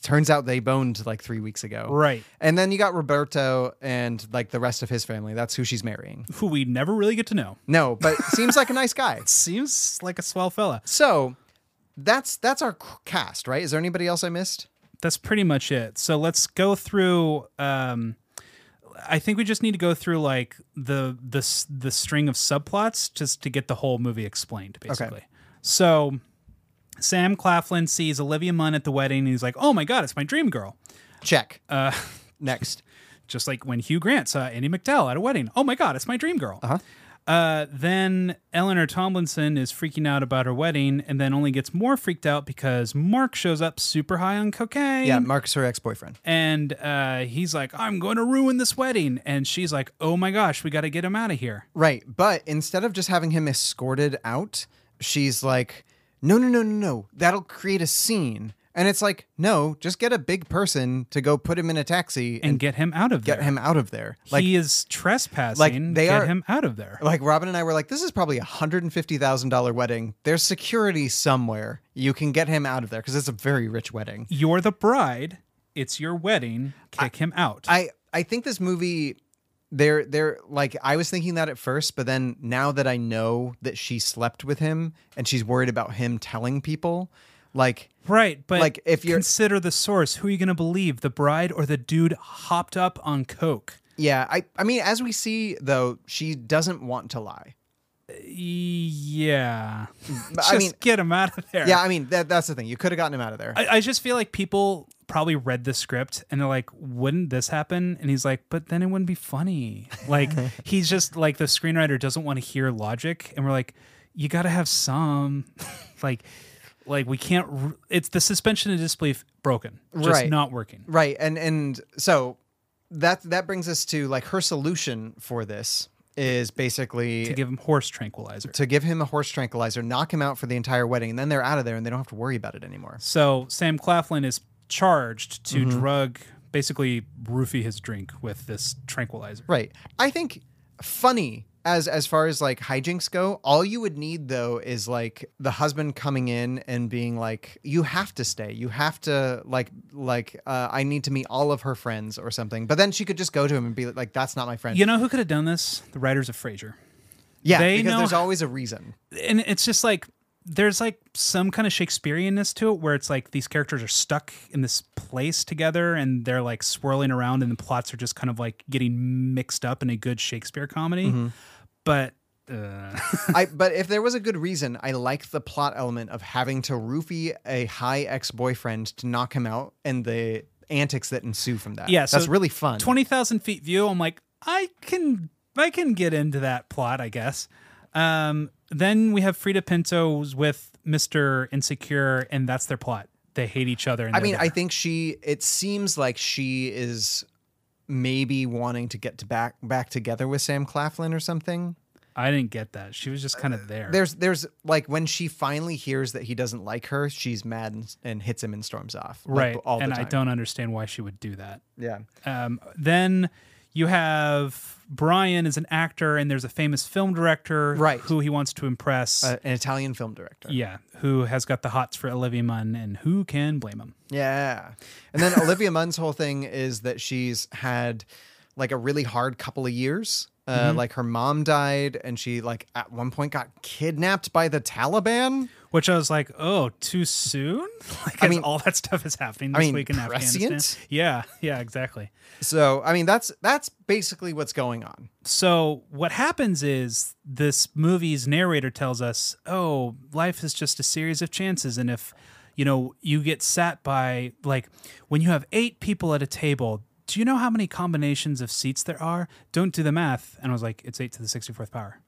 A: turns out they boned like three weeks ago.
B: Right.
A: And then you got Roberto and like the rest of his family. That's who she's marrying.
B: who we never really get to know.
A: No, but seems like a nice guy.
B: Seems like a swell fella.
A: So that's that's our c- cast, right? Is there anybody else I missed?
B: That's pretty much it. So let's go through. Um, I think we just need to go through like the the s- the string of subplots just to get the whole movie explained, basically. So Sam Claflin sees Olivia Munn at the wedding, and he's like, "Oh my god, it's my dream girl."
A: Check. Uh, Next.
B: Just like when Hugh Grant saw Andy McDowell at a wedding. Oh my god, it's my dream girl. Uh-huh. then Eleanor Tomlinson is freaking out about her wedding, and then only gets more freaked out because Mark shows up super high on cocaine.
A: Yeah, Mark's her ex-boyfriend.
B: and uh, he's like, "I'm going to ruin this wedding," and she's like, "Oh my gosh, we got to get him out of here."
A: Right, but instead of just having him escorted out, she's like, "No, no, no, no, no. That'll create a scene." And it's like, "No, just get a big person to go put him in a taxi
B: And get him out of
A: get
B: there.
A: him out of there. Like
B: he is trespassing.
A: like, they
B: get
A: are-
B: him out of there.
A: like Robin and I were like, this is probably a hundred and fifty thousand dollar wedding. There's security somewhere. You can get him out of there because it's a very rich wedding.
B: You're the bride. It's your wedding. Kick him out.
A: I I think this movie, they're they're like I was thinking that at first, but then now that I know that she slept with him and she's worried about him telling people, like
B: right, but
A: like, if you're-
B: consider the source. Who are you going to believe, the bride or the dude hopped up on coke?
A: yeah. I I mean, as we see though, she doesn't want to lie.
B: Uh, Yeah, just
A: I mean-
B: get him out of there.
A: Yeah, I mean that that's the thing. You could have gotten him out of there.
B: I, I just feel like people probably read the script and they're like, wouldn't this happen? And he's like, but then it wouldn't be funny. Like, he's just like, the screenwriter doesn't want to hear logic. And we're like, you got to have some. like, like we can't, r- it's the suspension of disbelief broken, just
A: Right.
B: not working.
A: Right, and and so that that brings us to like her solution for this is basically
B: To give him horse tranquilizer.
A: to give him a horse tranquilizer, knock him out for the entire wedding, and then they're out of there and they don't have to worry about it anymore.
B: So Sam Claflin is charged to drug, basically roofie his drink with this tranquilizer.
A: Right. I think funny as as far as like hijinks go, all you would need though is like the husband coming in and being like, "You have to stay. You have to like like uh, I need to meet all of her friends or something." But then she could just go to him and be like, "That's not my friend."
B: You know who could have done this? The writers of Frasier.
A: yeah,
B: they
A: because
B: know-
A: there's always a reason.
B: and it's just like there's like some kind of Shakespeareanness to it where it's like these characters are stuck in this place together and they're like swirling around and the plots are just kind of like getting mixed up in a good Shakespeare comedy.
A: Mm-hmm.
B: But uh,
A: I but if there was a good reason, I like the plot element of having to roofie a high ex boyfriend to knock him out and the antics that ensue from that.
B: yeah, so
A: that's really fun.
B: Twenty thousand feet view. I'm like, I can, I can get into that plot, I guess. Um, then we have Frida Pinto's with Mister Insecure, and that's their plot. They hate each other. And
A: I
B: they're
A: mean, I
B: there.
A: think she. It seems like she is maybe wanting to get to back back together with Sam Claflin or something.
B: I didn't get that. She was just kind of there.
A: There's there's like when she finally hears that he doesn't like her, she's mad and, and hits him and storms off. like,
B: right
A: all the
B: and i
A: time.
B: don't understand why she would do that
A: Yeah.
B: um, then you have Brian as an actor, and there's a famous film director,
A: Right.
B: Who he wants to impress.
A: Uh, an Italian film director.
B: yeah, who has got the hots for Olivia Munn, and who can blame him?
A: Yeah. And then Olivia Munn's whole thing is that she's had like a really hard couple of years. Uh,
B: Mm-hmm.
A: Like her mom died, and she like at one point got kidnapped by the Taliban.
B: Which I was like, oh, too soon. Like,
A: I
B: as
A: mean-
B: all that stuff is happening
A: I
B: this
A: mean,
B: week in
A: prescient?
B: Afghanistan. Yeah, yeah, exactly.
A: So I mean, that's that's basically what's going on.
B: So what happens is this movie's narrator tells us, "Oh, life is just a series of chances and if, you know, you get sat by like when you have 8 people at a table, do you know how many combinations of seats there are? Don't do the math." And I was like, "It's 8 to the 64th power."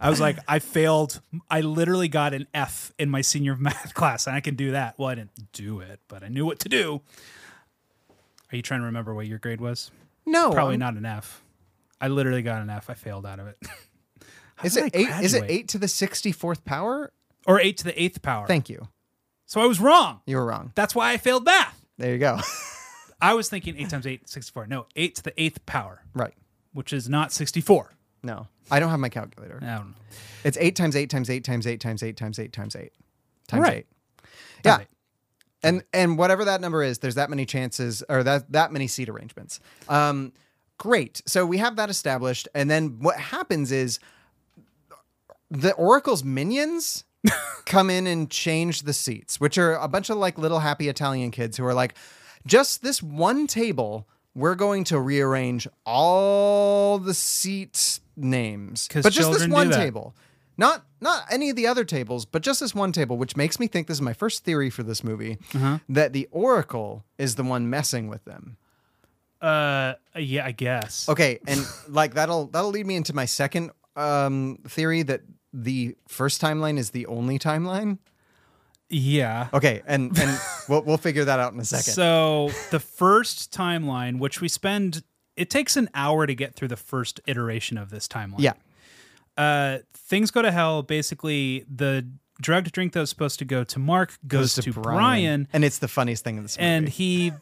B: I was like, I failed. I literally got an F in my senior math class, and I can do that. Well, I didn't do it, but I knew what to do. Are you trying to remember what your grade was?
A: No,
B: Probably
A: I'm-
B: not an F. I literally got an F. I failed out of it. How
A: Is
B: did
A: it
B: I
A: eight? Is it
B: graduate?
A: eight to the sixty fourth power?
B: or eight to the eighth power?
A: Thank you.
B: so I was wrong.
A: You were wrong.
B: That's why I failed math.
A: There you go.
B: I was thinking eight times eight, 64. No, eight to the eighth power,
A: right.
B: which is not 64.
A: No, I don't have my calculator.
B: I don't know.
A: It's eight times eight times eight times eight times eight times eight times eight times
B: Right.
A: eight. Yeah.
B: eight.
A: And and whatever that number is, there's that many chances or that that many seat arrangements. Um, great. So we have that established, and then what happens is the Oracle's minions come in and change the seats, which are a bunch of like little happy Italian kids who are like, just this one table, we're going to rearrange all the seat names.
B: 'Cause
A: But just this
B: children do
A: one
B: that.
A: table. Not not any of the other tables, but just this one table, which makes me think this is my first theory for this movie
B: Uh-huh.
A: that the Oracle is the one messing with them.
B: Uh, yeah, I guess.
A: Okay, and like that'll that'll lead me into my second um, theory that the first timeline is the only timeline.
B: Yeah.
A: Okay, and and we'll we'll figure that out in a Oh, second.
B: So the first timeline, which we spend, it takes an hour to get through the first iteration of this timeline.
A: yeah,
B: uh, things go to hell. Basically, the drugged drink that was supposed to go to Mark goes, to, Brian,
A: and it's the funniest thing in this movie.
B: and he.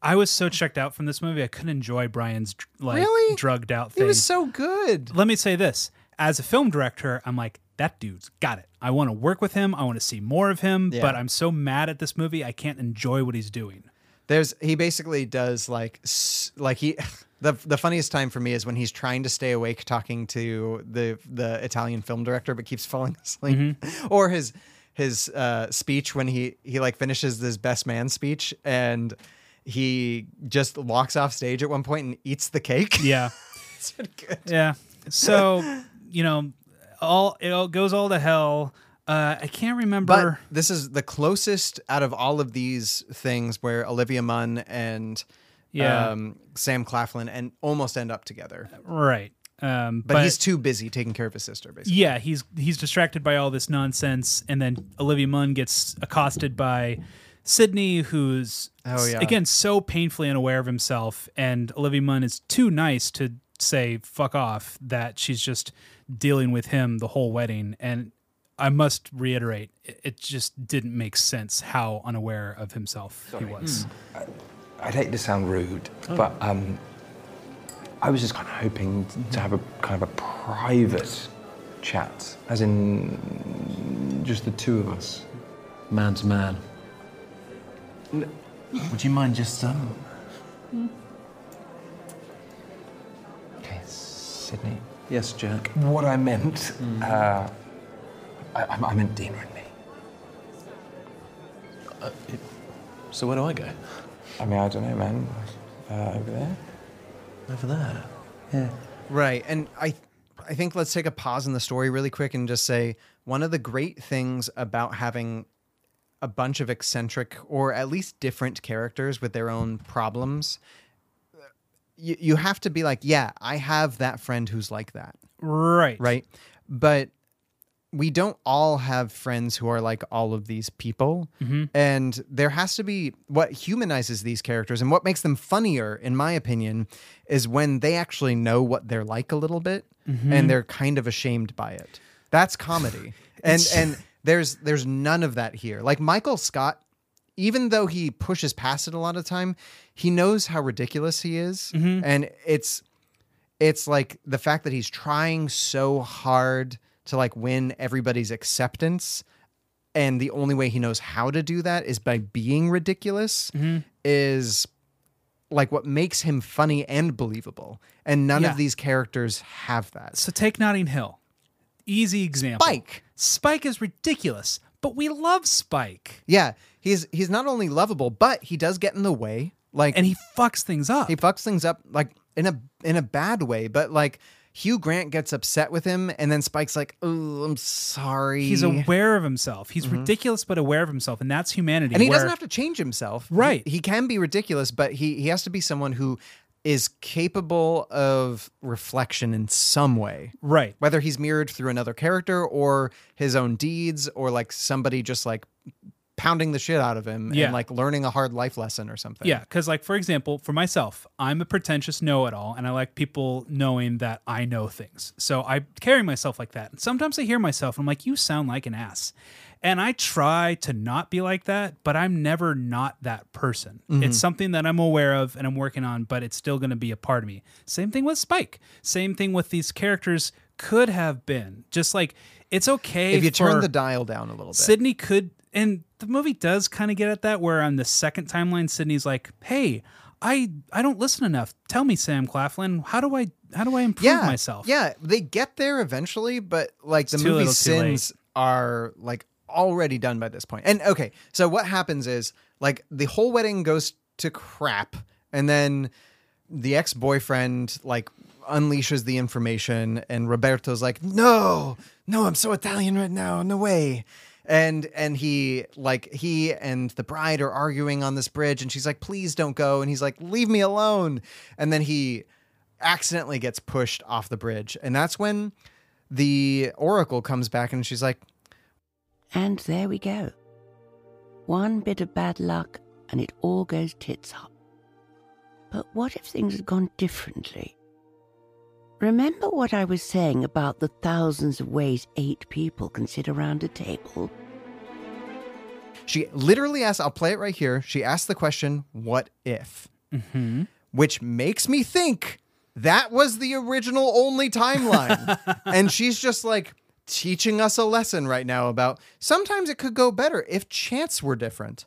B: I was so checked out from this movie. I couldn't enjoy Brian's like
A: Really?
B: drugged out
A: he
B: thing.
A: was so good.
B: Let me say this: as a film director, I'm like that dude's got it. I want to work with him. I want to see more of him.
A: Yeah.
B: But I'm so mad at this movie. I can't enjoy what he's doing.
A: There's he basically does like s- like he the the funniest time for me is when he's trying to stay awake talking to the the Italian film director but keeps falling asleep
B: Mm-hmm.
A: or his his uh, speech when he he like finishes this best man speech and he just walks off stage at one point and eats the cake.
B: Yeah.
A: It's pretty good.
B: Yeah. So, you know, all it all goes all to hell. Uh, I can't
A: But
B: remember.
A: this is the closest out of all of these things where Olivia Munn and
B: Yeah.
A: um, Sam Claflin and almost end up together.
B: right. Um,
A: But, he's too busy taking care of his sister, basically.
B: yeah, he's he's distracted by all this nonsense, and then Olivia Munn gets accosted by Sydney, who's
A: Oh, yeah.
B: again so painfully unaware of himself, and Olivia Munn is too nice to say "fuck off" that she's just dealing with him the whole wedding. And I must reiterate, it, it just didn't make sense how unaware of himself he was.
C: I'd hate to sound rude, but um, I was just kind of hoping to have a kind of a private chat, as in just the two of us.
J: Man's man.
C: Would you mind just um? Okay, Sydney.
J: Yes, Jack.
C: What I meant, uh, I, I- I meant Dean and me.
J: So where do I go?
C: I mean, I don't know, man. Uh, over there.
J: Over there.
A: Right. And I I think let's take a pause in the story really quick and just say one of the great things about having a bunch of eccentric or at least different characters with their own problems you, you have to be like, yeah, I have that friend who's like that.
B: Right.
A: right? But we don't all have friends who are like all of these people. And there has to be what humanizes these characters and what makes them funnier, in my opinion, is when they actually know what they're like a little bit and they're kind of ashamed by it. That's comedy. and and there's there's none of that here. Like Michael Scott even though he pushes past it a lot of time, he knows how ridiculous he is, and it's it's like the fact that he's trying so hard to like win everybody's acceptance and the only way he knows how to do that is by being ridiculous
B: Mm-hmm.
A: is like what makes him funny and believable and none
B: Yeah.
A: of these characters have that
B: So take Notting Hill. Easy example.
A: spike
B: Spike is ridiculous, but we love Spike.
A: yeah he's he's not only lovable but he does get in the way like
B: And he fucks things up.
A: he fucks things up like in a in a bad way but like hugh grant gets upset with him and then spike's like oh i'm sorry
B: He's aware of himself. He's ridiculous, but aware of himself. And that's humanity.
A: Mm-hmm. and he doesn't
B: where-
A: have to change himself He-
B: Right.
A: he, can be ridiculous but he he has to be someone who is capable of reflection in some way
B: Right.
A: whether he's mirrored through another character or his own deeds or like somebody just like pounding the shit out of him
B: Yeah.
A: and like learning a hard life lesson or something
B: Yeah, because like for example, for myself, I'm a pretentious know-it-all, and I like people knowing that I know things. So I carry myself like that. And sometimes I hear myself, and I'm like, "You sound like an ass," and I try to not be like that, but I'm never not that person.
A: Mm-hmm.
B: It's something that I'm aware of and I'm working on, but it's still going to be a part of me. Same thing with Spike. Same thing with these characters could have been just like it's okay
A: if you turn
B: for-
A: the dial down a little bit
B: Sydney could, and the movie does kind of get at that. Where on the second timeline, Sydney's like, "Hey, I I don't listen enough. Tell me, Sam Claflin, how do I how do I improve
A: yeah
B: myself?"
A: yeah they get there eventually but like the
B: too little,
A: movie's
B: too late.
A: sins are like already done by this point point. and okay so what happens is like the whole wedding goes to crap and then the ex-boyfriend like unleashes the information and roberto's like no no i'm so italian right now no way and and he like he and the bride are arguing on this bridge and she's like please don't go and he's like leave me alone and then he accidentally gets pushed off the bridge and that's when the oracle comes back and she's like
D: And there we go. One bit of bad luck, and it all goes tits up. But what if things had gone differently? Remember what I was saying about the thousands of ways eight people can sit around a table?
A: She literally asks, I'll play it right here. She asked the question, What if? Which makes me think that was the original only timeline. and she's just like teaching us a lesson right now about sometimes it could go better if chance were different.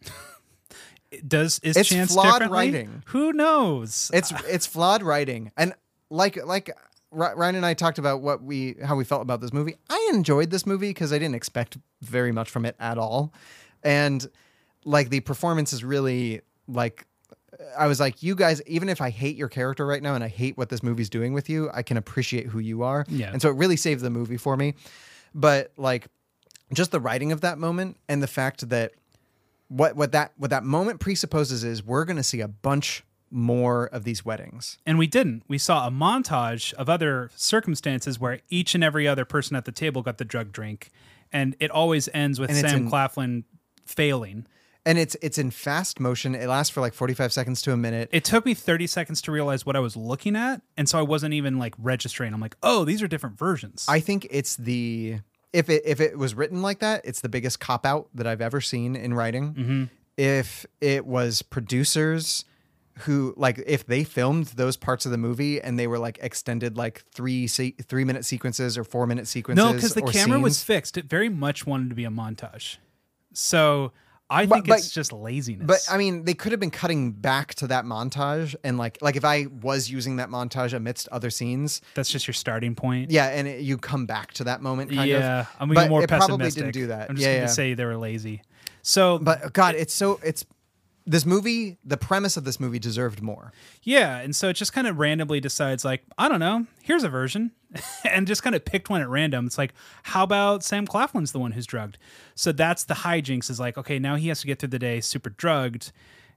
B: Does is
A: It's
B: chance
A: flawed
B: differently?
A: writing.
B: Who knows?
A: It's it's flawed writing. And like like Ry- Ryan and I talked about what we how we felt about this movie. I enjoyed this movie because I didn't expect very much from it at all. And like the performance is really like I was like, you guys, even if I hate your character right now and I hate what this movie's doing with you, I can appreciate who you are.
B: Yeah.
A: And so it really saved the movie for me. But like just the writing of that moment and the fact that what what that what that moment presupposes is we're gonna see a bunch more of these weddings.
B: and we didn't. We saw a montage of other circumstances where each and every other person at the table got the drug drink, and it always ends with
A: And it's
B: Sam
A: in-
B: Claflin failing.
A: And it's it's in fast motion. It lasts for like 45 seconds to a minute.
B: it took me 30 seconds to realize what I was looking at. And so I wasn't even like registering. I'm like, oh, these are different versions.
A: I think it's the if it if it was written like that, it's the biggest cop out that I've ever seen in writing.
B: Mm-hmm.
A: If it was producers who like if they filmed those parts of the movie and they were like extended like three se- three minute sequences or four minute sequences.
B: no, because the
A: or
B: camera was
A: scenes.
B: fixed. It very much wanted to be a montage. So I
A: But-
B: think
A: but-
B: it's just laziness.
A: But I mean, they could have been cutting back to that montage and like like if I was using that montage amidst other scenes,
B: that's just your starting point.
A: yeah, and it, you come back to that moment. Kind
B: yeah.
A: of.
B: I'm
A: But
B: even more
A: it
B: pessimistic.
A: probably didn't do that.
B: I'm just
A: yeah,
B: going
A: yeah.
B: to say they were lazy. So,
A: But God, it's so it's this movie. The premise of this movie deserved more.
B: yeah. And so it just kind of randomly decides, like, I don't know, here's a version. and just kind of picked one at random. It's like, how about Sam Claflin's the one who's drugged? So that's the hijinks is like, okay, now he has to get through the day super drugged.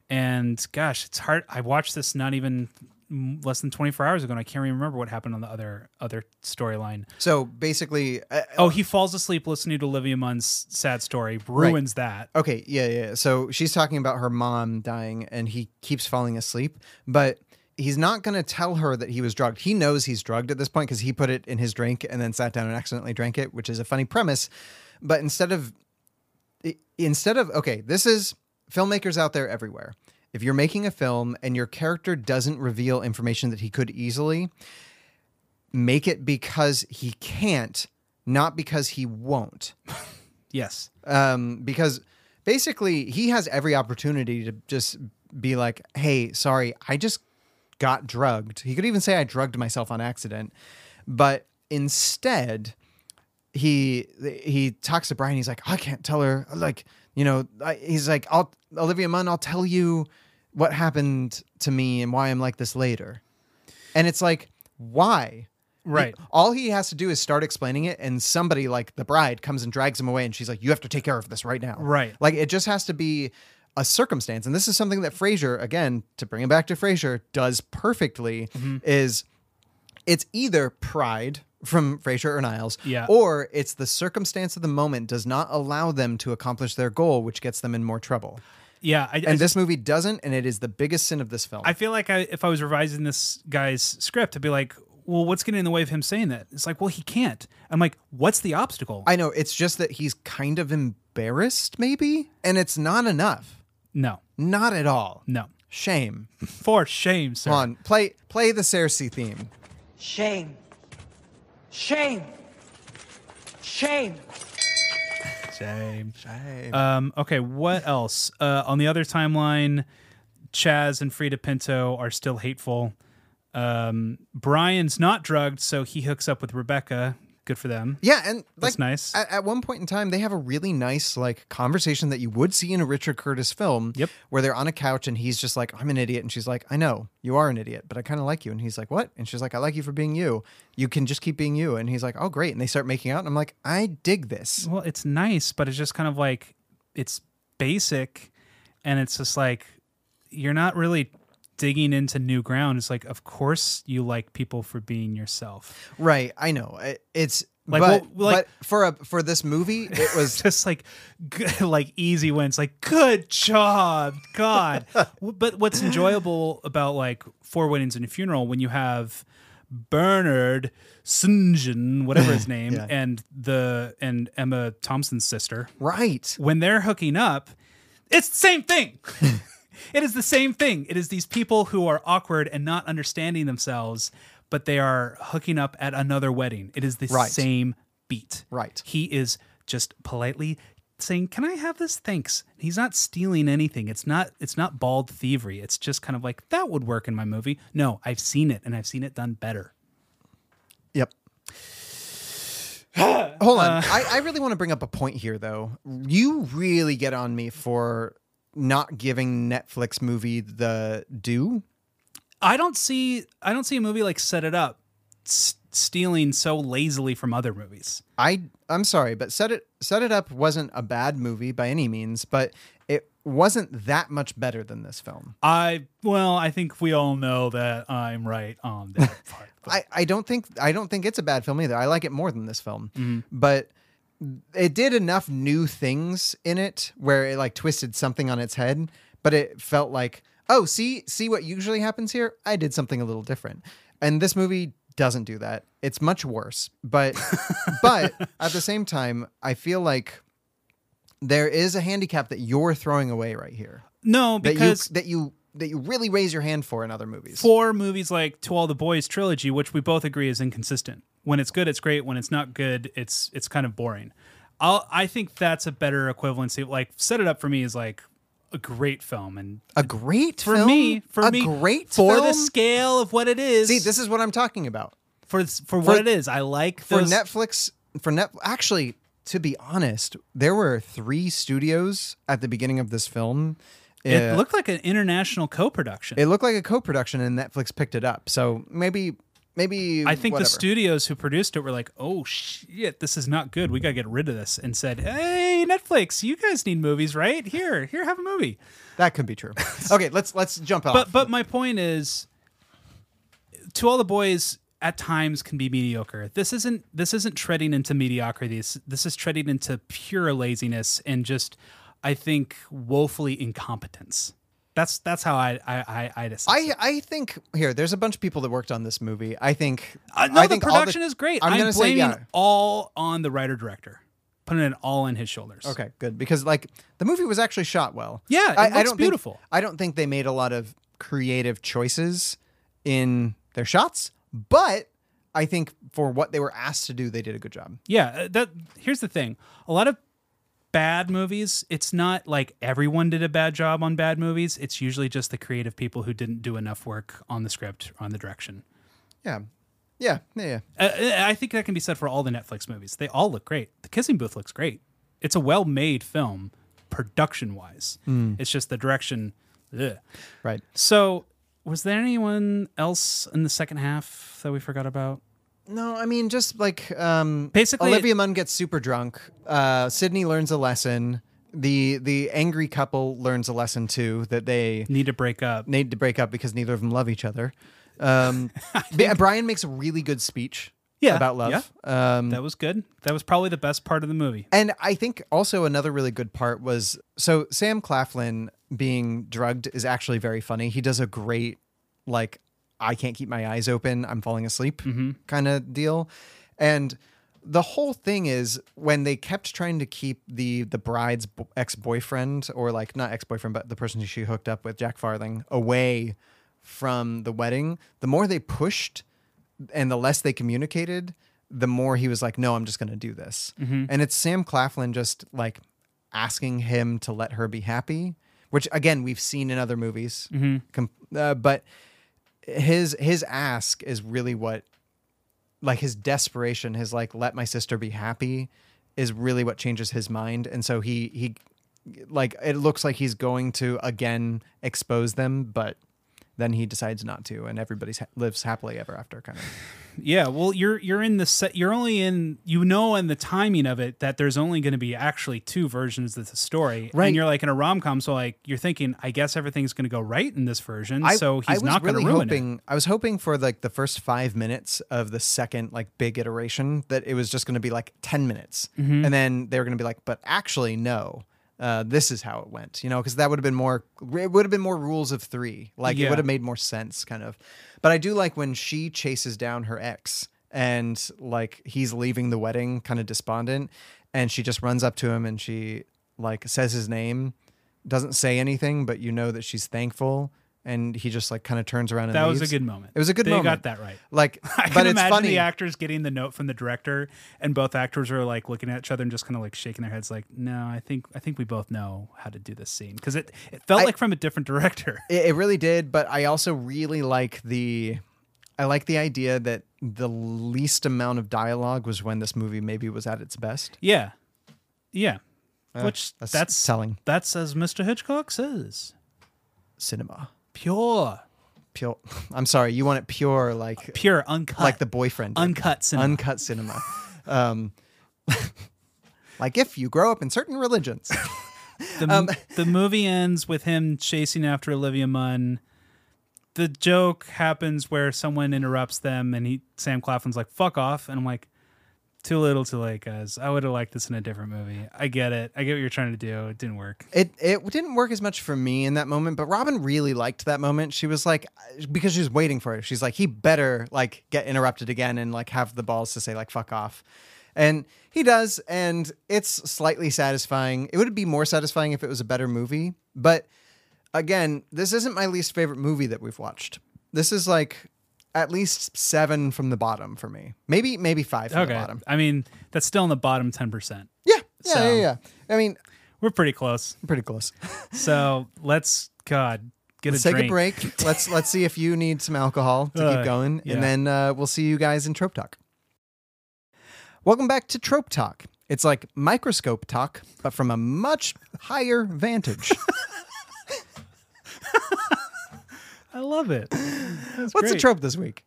B: And gosh, it's hard. I watched this not even mm, less than 24 hours ago and I can't even remember what happened on the other other storyline.
A: So basically, uh,
B: Oh, he falls asleep listening to Olivia Munn's sad story, ruins that.
A: okay, yeah, yeah. So she's talking about her mom dying, and he keeps falling asleep, but. He's not going to tell her that he was drugged. He knows he's drugged at this point because he put it in his drink and then sat down and accidentally drank it, which is a funny premise. But instead of i- instead of okay, this is filmmakers out there everywhere. If you're making a film and your character doesn't reveal information that he could easily, make it because he can't, not because he won't.
B: yes.
A: Um, because basically, he has every opportunity to just be like, hey, sorry, I just got drugged. He could even say, I drugged myself on accident. But instead, he he talks to Brian. He's like, I can't tell her. Like, you know, I, he's like, I'll Olivia Munn. I'll tell you what happened to me and why I'm like this later. And it's like, why?
B: Right.
A: He- all he has to do is start explaining it, and somebody like the bride comes and drags him away, and she's like, "You have to take care of this right now."
B: Right.
A: Like it just has to be a circumstance, and this is something that Frasier, again, to bring him back to Frasier, does perfectly.
B: Mhm.
A: Is it's either pride from Frasier or Niles,
B: Yeah.
A: or it's the circumstance of the moment does not allow them to accomplish their goal, which gets them in more trouble.
B: Yeah. I, I
A: and this movie doesn't, and it is the biggest sin of this film.
B: I feel like I, if I was revising this guy's script, I'd be like, well, what's getting in the way of him saying that? It's like, well, he can't. I'm like, what's the obstacle?
A: I know it's just that he's kind of embarrassed, maybe, and it's not enough.
B: No,
A: not at all.
B: No
A: shame.
B: For shame, sir.
A: Come on, play play the Cersei theme.
K: Shame. Shame. Shame.
B: Shame.
A: Shame.
B: Um, okay, what else? Uh, on the other timeline, Chaz and Frida Pinto are still hateful. Um, Brian's not drugged, so he hooks up with Rebecca. Good for them.
A: Yeah, and
B: That's nice.
A: At, at one point in time, they have a really nice like conversation that you would see in a Richard Curtis film.
B: Yep.
A: Where they're on a couch and he's just like, "I'm an idiot," and she's like, "I know you are an idiot, but I kind of like you." And he's like, "What?" And she's like, "I like you for being you. You can just keep being you." And he's like, "Oh, great." And they start making out, and I'm like, "I dig this."
B: Well, it's nice, but it's just kind of like it's basic, and it's just like you're not really digging into new ground. It's like, of course, you like people for being yourself.
A: Right. I know. It, it's
B: Like,
A: but,
B: well, like-
A: but for a for this movie, it was
B: just like good, like easy wins. Like, good job, God. W- but what's enjoyable about like four weddings and a funeral when you have Bernard Sunjin, whatever his name,
A: Yeah.
B: and the and Emma Thompson's sister,
A: right?
B: When they're hooking up, it's the same thing. it is the same thing. It is these people who are awkward and not understanding themselves, but they are hooking up at another wedding. It is the
A: Right.
B: same beat.
A: Right.
B: He is just politely saying, "Can I have this? Thanks." He's not stealing anything. It's not it's not bald thievery. It's just kind of like that would work in my movie. No, I've seen it and I've seen it done better.
A: Yep. Hold on. I, I really want to bring up a point here, though. You really get on me for not giving Netflix movie the due.
B: I don't see I don't see a movie like Set It Up s- stealing so lazily from other movies.
A: I I'm sorry, but set it set it up wasn't a bad movie by any means, but it wasn't that much better than this film.
B: I well, I think we all know that I'm right on that.
A: I, I don't think I don't think it's a bad film either. I like it more than this film. but it did enough new things in it where it like twisted something on its head but it felt like oh see see what usually happens here i did something a little different and this movie doesn't do that it's much worse but but at the same time i feel like there is a handicap that you're throwing away right here
B: No, because
A: that you that you that you really raise your hand for in other movies
B: four movies like To All the Boys trilogy, which we both agree is inconsistent. When it's good, it's great. When it's not good, it's it's kind of boring. I'll, I think that's a better equivalency. Like Set It Up for me is like a great film, and
A: a great
B: for
A: film?
B: me, for
A: a
B: me,
A: great
B: for
A: film?
B: the scale of what it is.
A: See, this is what I'm talking about.
B: For for what it is, I like
A: for
B: those-
A: Netflix. For net, actually, to be honest, there were three studios at the beginning of this film.
B: It
A: Uh,
B: looked like an international co-production.
A: it looked like a co-production, and Netflix picked it up. So maybe, maybe
B: I think
A: whatever.
B: the studios who produced it were like, "Oh shit, this is not good. We gotta get rid of this," and said, "Hey, Netflix, you guys need movies, right? Here, here, have a movie."
A: That could be true. okay, let's let's jump off.
B: But but my point is, to all the boys, at times can be mediocre. This isn't this isn't treading into mediocrity. This, this is treading into pure laziness and just, I think, woefully incompetence. That's that's how I I I, I decide.
A: I, I think here there's a bunch of people that worked on this movie. I think
B: Uh, no,
A: I think
B: the
A: all
B: production is great.
A: I'm,
B: I'm,
A: gonna say
B: blaming
A: yeah.
B: all on the writer director. putting it all on his shoulders.
A: Okay, good. Because like the movie was actually shot well.
B: Yeah, it
A: I, I
B: looks
A: don't
B: beautiful.
A: Think, I don't think they made a lot of creative choices in their shots, but I think for what they were asked to do, they did a good job.
B: Yeah, uh, that here's the thing. A lot of bad movies, it's not like everyone did a bad job on bad movies. It's usually just the creative people who didn't do enough work on the script, on the direction.
A: Yeah, yeah, yeah. yeah.
B: Uh, I think that can be said for all the Netflix movies. They all look great. The Kissing Booth looks great. It's a well-made film, production-wise.
A: Mm.
B: It's just the direction. Ugh.
A: Right.
B: So, was there anyone else in the second half that we forgot about?
A: No, I mean just like um,
B: Basically, it-
A: Olivia Munn gets super drunk. Uh, Sydney learns a lesson. The the angry couple learns a lesson too that they
B: need to break up.
A: Need to break up because neither of them love each other. Um, Bi- Brian makes a really good speech
B: Yeah,
A: about love. Um,
B: that was good. That was probably the best part of the movie.
A: and I think also another really good part was so Sam Claflin being drugged is actually very funny. He does a great like I can't keep my eyes open, I'm falling asleep kind of deal. And the whole thing is when they kept trying to keep the the bride's bo- ex-boyfriend or like not ex-boyfriend but the person she hooked up with Jack Farthing away from the wedding, the more they pushed and the less they communicated, the more he was like, "No, I'm just going to do this."
L: Mhm.
A: And it's Sam Claflin just like asking him to let her be happy, which again we've seen in other movies.
B: Mhm.
A: Com- uh, but his his ask is really what, like his desperation, his like let my sister be happy, is really what changes his mind, and so he he like it looks like he's going to again expose them, but then he decides not to, and everybody's ha- lives happily ever after, kind of.
B: Yeah, well, you're you're in the set. You're only in you know in the timing of it that there's only going to be actually two versions of the story,
A: Right.
B: And you're like in a rom com, so like you're thinking, I guess everything's going to go right in this version, so he's
A: was
B: not going to ruin it.
A: hoping, I was hoping for like the first five minutes of the second like big iteration that it was just going to be like ten minutes,
B: Mhm.
A: and then they were going to be like, but actually no, uh, this is how it went, you know, because that would have been more. It would have been more rules of three. Like it
B: Yeah.
A: would have made more sense, kind of. But I do like when she chases down her ex and like he's leaving the wedding, kind of despondent, and she just runs up to him and she like says his name, doesn't say anything, but you know that she's thankful. And he just like kind of turns around and
B: That was a
A: leaves.
B: good moment.
A: It was a good
B: They
A: moment.
B: got that right.
A: Like,
B: I
A: but
B: can
A: it's
B: imagine
A: funny.
B: the actors getting the note from the director, and both actors are like looking at each other and just kind of like shaking their heads, like, "No, I think I think we both know how to do this scene," because it it felt
A: I-
B: like from a different director.
A: It, it really did, but I also really like the I like the idea that the least amount of dialogue was when this movie maybe was at its best.
B: Yeah, yeah.
A: Uh,
B: Which
A: that's
B: that's,
A: telling.
B: That's as Mr. Hitchcock says,
A: cinema
B: pure,
A: pure. I'm sorry, you want it pure like
B: pure uncut,
A: like the boyfriend, did.
B: Uncut cinema.
A: uncut cinema. um, like if you grow up in certain religions.
B: The,
A: Um,
B: the movie ends with him chasing after Olivia Munn. The joke happens where someone interrupts them, and he Sam Claflin's like, "Fuck off," and I'm like, "Too little, too late, guys. I would have liked this in a different movie. I get it. I get what you're trying to do. It didn't work.
A: It it didn't work as much for me in that moment, but Robin really liked that moment. She was like, because she was waiting for it. She's like, he better like get interrupted again and like have the balls to say like fuck off, and he does, and it's slightly satisfying. It would be more satisfying if it was a better movie, but again, this isn't my least favorite movie that we've watched. This is like at least seven from the bottom for me. Maybe maybe five from
B: okay.
A: the bottom.
B: I mean, that's still in the bottom ten percent.
A: Yeah,
B: So-
A: yeah, yeah. I mean,
B: We're pretty close.
A: Pretty close.
B: so let's God get
A: let's
B: a
A: take
B: drink.
A: a break. let's let's see if you need some alcohol to
B: Uh,
A: keep going,
B: yeah.
A: and then uh, we'll see you guys in Trope Talk. Welcome back to Trope Talk. It's like microscope talk, but from a much higher vantage.
B: I love it.
A: What's the trope this week?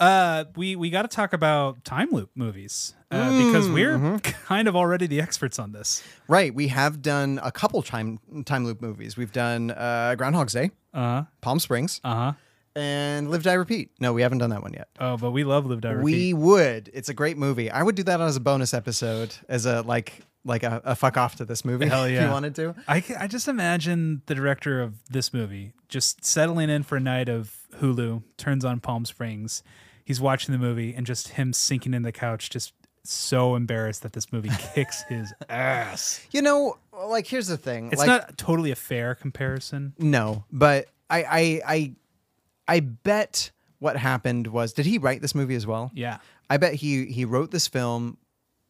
B: Uh, we we got to talk about time loop movies uh, because
A: Mm,
B: we're
A: mhm.
B: kind of already the experts on this.
A: Right, we have done a couple time time loop movies. We've done uh, Groundhog's Day,
B: uh-huh.
A: Palm Springs,
B: uh-huh.
A: and Live Die Repeat. No, we haven't done that one yet.
B: Oh, but we love Live Die Repeat.
A: We would. It's a great movie. I would do that as a bonus episode, as a like like a, a fuck off to this movie.
B: Hell yeah!
A: If you wanted to.
B: I ca- I just imagine the director of this movie just settling in for a night of Hulu, turns on Palm Springs, he's watching the movie, and just him sinking in the couch, just so embarrassed that this movie kicks his ass.
A: You know, like here's the thing.
B: It's
A: like,
B: not totally a fair comparison.
A: No, but I, I, I, I bet what happened was, did he write this movie as well?
B: Yeah.
A: I bet he he wrote this film.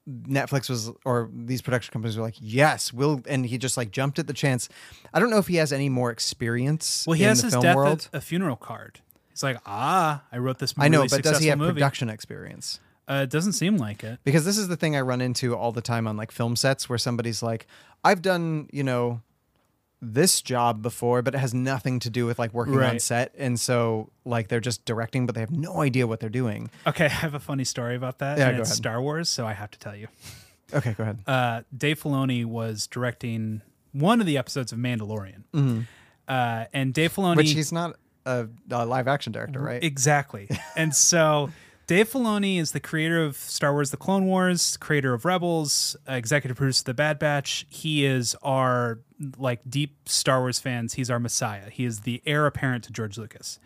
A: Netflix was, or these production companies were like, yes, we'll, and he just like jumped at the chance. I don't know if he has any more experience.
B: Well, he
A: in
B: has
A: the
B: his
A: film
B: death
A: world.
B: as a funeral card. He's like, ah, I wrote this.
A: I know,
B: really
A: but does he
B: successful
A: have
B: movie.
A: production experience?
B: Uh, it doesn't seem like it.
A: Because this is the thing I run into all the time on like film sets where somebody's like, I've done, you know, this job before, but it has nothing to do with like working on
B: Right.
A: set. And so like they're just directing, but they have no idea what they're doing.
B: Okay, I have a funny story about that.
A: Yeah,
B: and
A: go
B: it's
A: ahead.
B: Star Wars, so I have to tell you.
A: Okay, go ahead.
B: Uh, Dave Filoni was directing one of the episodes of Mandalorian,
A: Mhm.
B: uh, and Dave Filoni,
A: Which he's not a, a live action director,
B: Mm-hmm.
A: right?
B: Exactly. and so Dave Filoni is the creator of Star Wars The Clone Wars, creator of Rebels, uh, executive producer of The Bad Batch. He is our, like, deep Star Wars fans, he's our messiah. He is the heir apparent to George Lucas.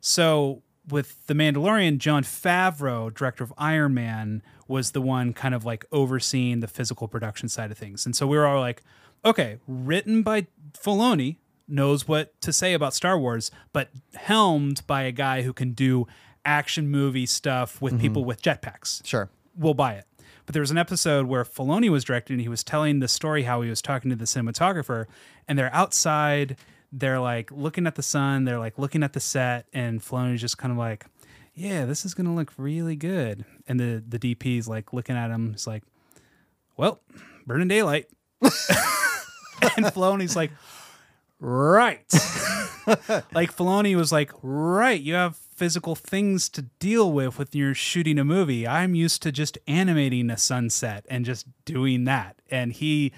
B: So with The Mandalorian, John Favreau, director of Iron Man, was the one kind of like overseeing the physical production side of things. And so we were all like, okay, written by Filoni, knows what to say about Star Wars, but helmed by a guy who can do action movie stuff with
A: Mhm.
B: people with jetpacks.
A: Sure.
B: We'll buy it. But there was an episode where Filoni was directing, and he was telling the story how he was talking to the cinematographer, and they're outside, they're like looking at the sun, they're like looking at the set, and Filoni's just kind of like, yeah, this is gonna look really good. And the the DP's like looking at him, he's like, Well, burning daylight. and Filoni's like, Right. like Filoni was like, Right, you have physical things to deal with when you're shooting a movie. I'm used to just animating a sunset and just doing that. And he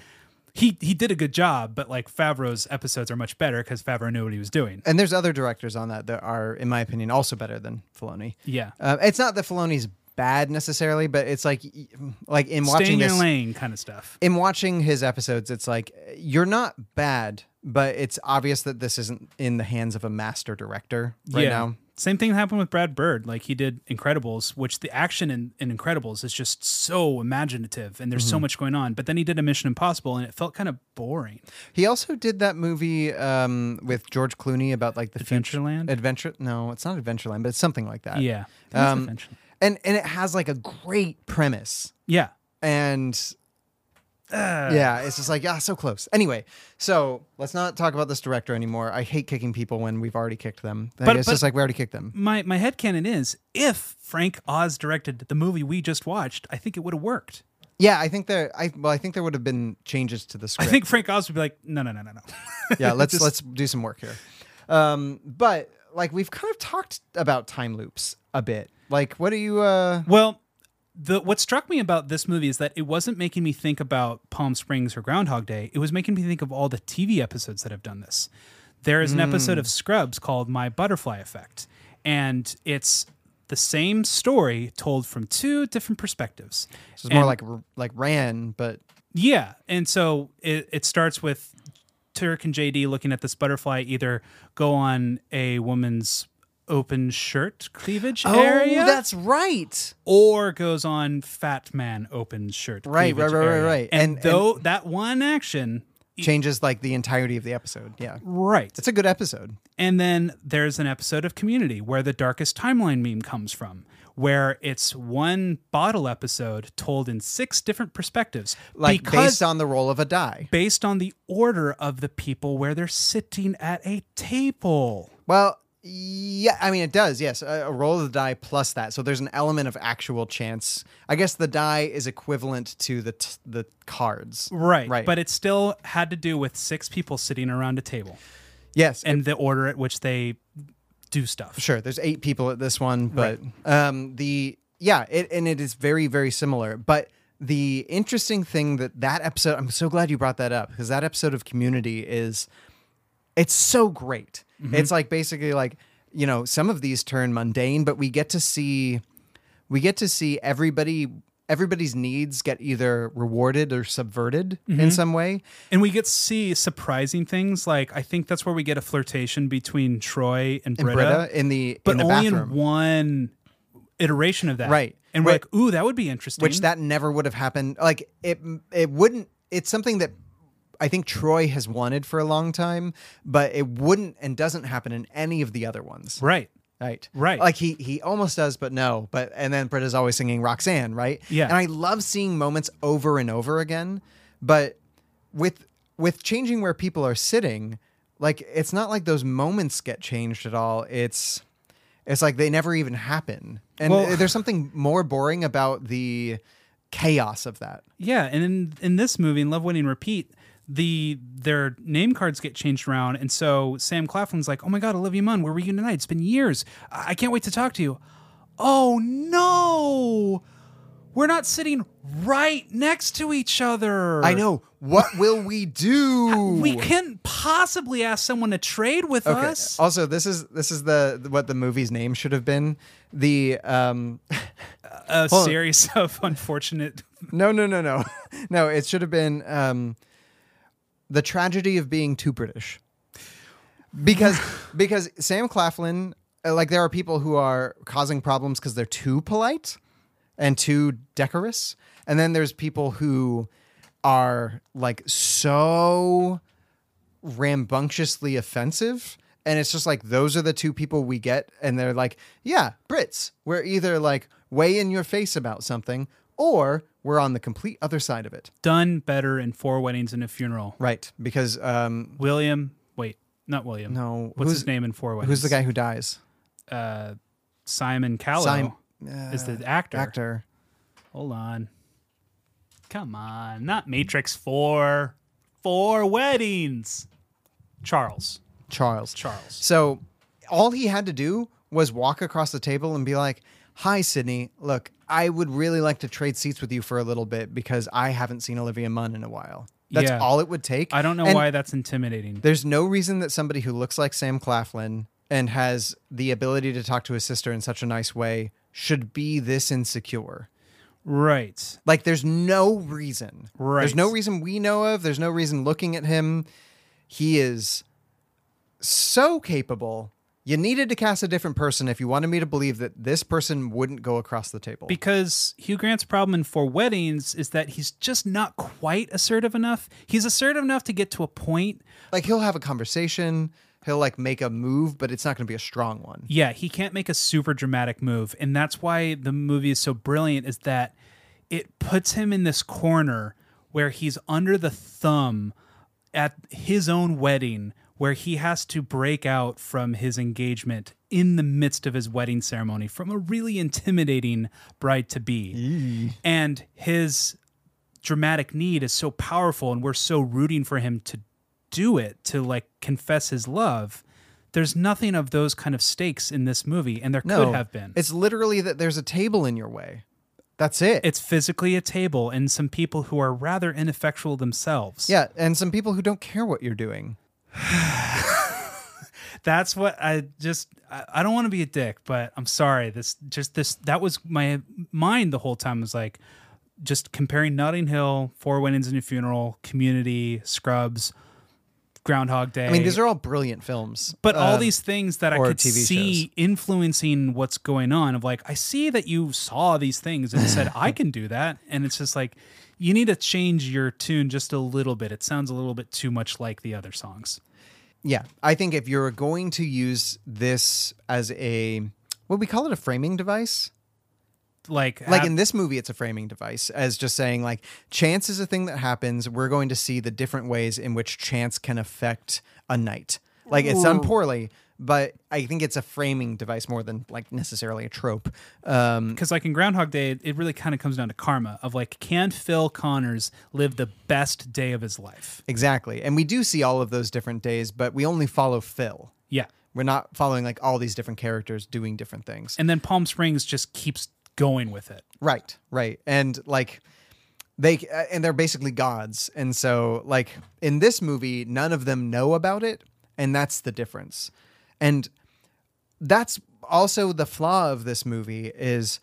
B: he he did a good job, but like Favreau's episodes are much better because Favreau knew what he was doing.
A: And there's other directors on that that are, in my opinion, also better than Filoni.
B: Yeah.
A: Uh, it's not that Filoni's bad necessarily, but it's like, y- like in
B: Stay
A: watching
B: in your
A: this,
B: lane kind of stuff.
A: in watching his episodes, it's like you're not bad, but it's obvious that this isn't in the hands of a master director right now.
B: Same thing happened with Brad Bird. Like he did Incredibles, which the action in, in Incredibles is just so imaginative and there's so
A: Mhm.
B: much going on. But then he did a Mission Impossible and it felt kind of boring.
A: He also did that movie um, with George Clooney about like the
B: Adventureland.
A: Adventure? No, it's not Adventureland, but it's something like that.
B: Yeah. I think it's
A: Uh, um, and and it has like a great premise.
B: Yeah.
A: and
B: Ugh.
A: yeah, it's just like yeah, so close. Anyway, so let's not talk about this director anymore. I hate kicking people when we've already kicked them.
B: But-
A: it's
B: but-
A: just like we already kicked them.
B: My my headcanon is if Frank Oz directed the movie we just watched, I think it would have worked.
A: Yeah, I think there. I well, I think there would have been changes to the
B: I
A: script.
B: think Frank Oz would be like, no, no, no, no, no.
A: yeah, let's
B: Just-
A: let's do some work here. Um, but like we've kind of talked about time loops a bit. Like, what do you? uh
B: Well, the what struck me about this movie is that it wasn't making me think about Palm Springs or Groundhog Day. It was making me think of all the TV episodes that have done this. There is an episode
L: Mm.
B: of Scrubs called My Butterfly Effect, and it's the same story told from two different perspectives.
A: It's more
B: And-
A: like like ran, but
B: yeah, and so it, it starts with Turk and JD looking at this butterfly either go on a woman's open shirt cleavage
A: Oh,
B: area.
A: that's right.
B: Or goes on fat man open shirt.
A: Right,
B: cleavage
A: right, right, right,
B: area.
A: right.
B: And,
A: And-
B: though that one action
A: changes like the entirety of the episode. Yeah,
B: right,
A: it's a good episode.
B: And then there's an episode of Community where the darkest timeline meme comes from, where it's one bottle episode told in six different perspectives,
A: Like
B: because
A: based on the roll of a die.
B: based on the order of the people where they're sitting at a table.
A: Well, yeah, I mean it does. Yes, a, a roll of the die plus that. So there's an element of actual chance. I guess the die is equivalent to the t- the cards.
B: Right.
A: Right.
B: But it still had to do with six people sitting around a table.
A: Yes.
B: And the order at which they do stuff.
A: Sure, there's eight people at this one, but um, the yeah, it and it is very very similar. But the interesting thing that that episode, I'm so glad you brought that up because that episode of Community is, it's so great.
L: Mhm.
B: Mm-hmm.
A: It's like basically like you know some of these turn mundane, but we get to see, we get to see everybody everybody's needs get either rewarded or subverted in
B: Mhm.
A: some way.
B: And we get to see surprising things. Like I think that's where we get a flirtation between Troy and
A: And
B: Britta,
A: Britta in the-
B: but
A: in the
B: only
A: bathroom.
B: in one iteration of that.
A: Right.
B: And we're
A: Right.
B: like, ooh, that would be interesting.
A: which that never would have happened. Like it, it wouldn't. It's something that I think Troy has wanted for a long time, but it wouldn't and doesn't happen in any of the other ones.
B: Right.
A: Right.
B: Right.
A: Like he he almost does, but no. But and then Britta's always singing Roxanne, right?
B: Yeah.
A: And I love seeing moments over and over again, but with with changing where people are sitting, like it's not like those moments get changed at all. It's it's like they never even happen. And
B: Well-
A: there's something more boring about the chaos of that.
B: Yeah, and in in this movie, in Love Winning Repeat, the their name cards get changed around, and so Sam Claflin's like, "Oh my God, Olivia Munn, where were you tonight? It's been years. I I can't wait to talk to you." Oh no, we're not sitting right next to each other.
A: I know. What will we do?
B: We couldn't possibly ask someone to trade with us.
A: Also, this is this is the what the movie's name should have been. The um
B: A
A: hold on.
B: series of unfortunate.
A: No, no, no, no. No, it should have been um The Tragedy of Being Too British. Because because Sam Claflin uh, like there are people who are causing problems cuz they're too polite and too decorous. And then there's people who are like so rambunctiously offensive. And it's just like those are the two people we get, and they're like, yeah, Brits. We're either like way in your face about something, or we're on the complete other side of it.
B: Done better in four weddings and a funeral.
A: Right. Because um
B: William, wait, not William.
A: No,
B: what's
A: who's-
B: his name in four weddings?
A: who's the guy who dies?
B: uh, Simon Callow is the actor.
A: uh, Actor.
B: Hold on. Come on. Not Matrix 4. Four weddings. Charles.
A: Charles.
B: Charles.
A: So all he had to do was walk across the table and be like, Hi, Sydney. Look, I would really like to trade seats with you for a little bit because I haven't seen Olivia Munn in a while. That's
B: Yeah.
A: all it would take.
B: I don't know
A: And
B: why that's intimidating.
A: There's no reason that somebody who looks like Sam Claflin and has the ability to talk to his sister in such a nice way should be this insecure.
B: Right.
A: Like, there's no reason.
B: Right.
A: There's no reason we know of. There's no reason looking at him. He is so capable. You needed to cast a different person if you wanted me to believe that this person wouldn't go across the table.
B: Because Hugh Grant's problem in Four Weddings is that he's just not quite assertive enough. He's assertive enough to get to a point.
A: like, he'll have a conversation, he'll like make a move, but it's not going to be a strong one.
B: Yeah, he can't make a super dramatic move. And that's why the movie is so brilliant, is that it puts him in this corner where he's under the thumb at his own wedding, where he has to break out from his engagement in the midst of his wedding ceremony from a really intimidating bride to be. And his dramatic need is so powerful and we're so rooting for him to do it to like confess his love there's nothing of those kind of stakes in this movie and there
A: No,
B: could have been
A: It's literally that there's a table in your way. That's it.
B: it's physically a table and some people who are rather ineffectual themselves
A: yeah, and some people who don't care what you're doing.
B: that's what i just i, I don't want to be a dick but i'm sorry this just this that was my mind the whole time was like just comparing notting hill four weddings and a funeral community scrubs groundhog day
A: I mean, these are all brilliant films.
B: but all
A: Um,
B: these things that I
A: or
B: could
A: TV
B: see
A: shows.
B: influencing what's going on of like I see that you saw these things and said I can do that and it's just like you need to change your tune just a little bit it sounds a little bit too much like the other songs
A: Yeah, I think if you're going to use this as a what we call it a framing device.
B: like
A: Like
B: ab-
A: in this movie, it's a framing device as just saying like chance is a thing that happens. We're going to see the different ways in which chance can affect a night. Like it's done
J: Ooh.
A: poorly, but I think it's a framing device more than like necessarily a trope. Um,
B: because like in Groundhog Day, it- it really kind of comes down to karma of like, can Phil Connors live the best day of his life?
A: Exactly, and we do see all of those different days, but we only follow Phil.
B: Yeah.
A: we're not following like all these different characters doing different things.
B: And then Palm Springs just keeps going with it.
A: Right, right. And like they uh, and they're basically gods. And so like in this movie none of them know about it and that's the difference. And that's also the flaw of this movie is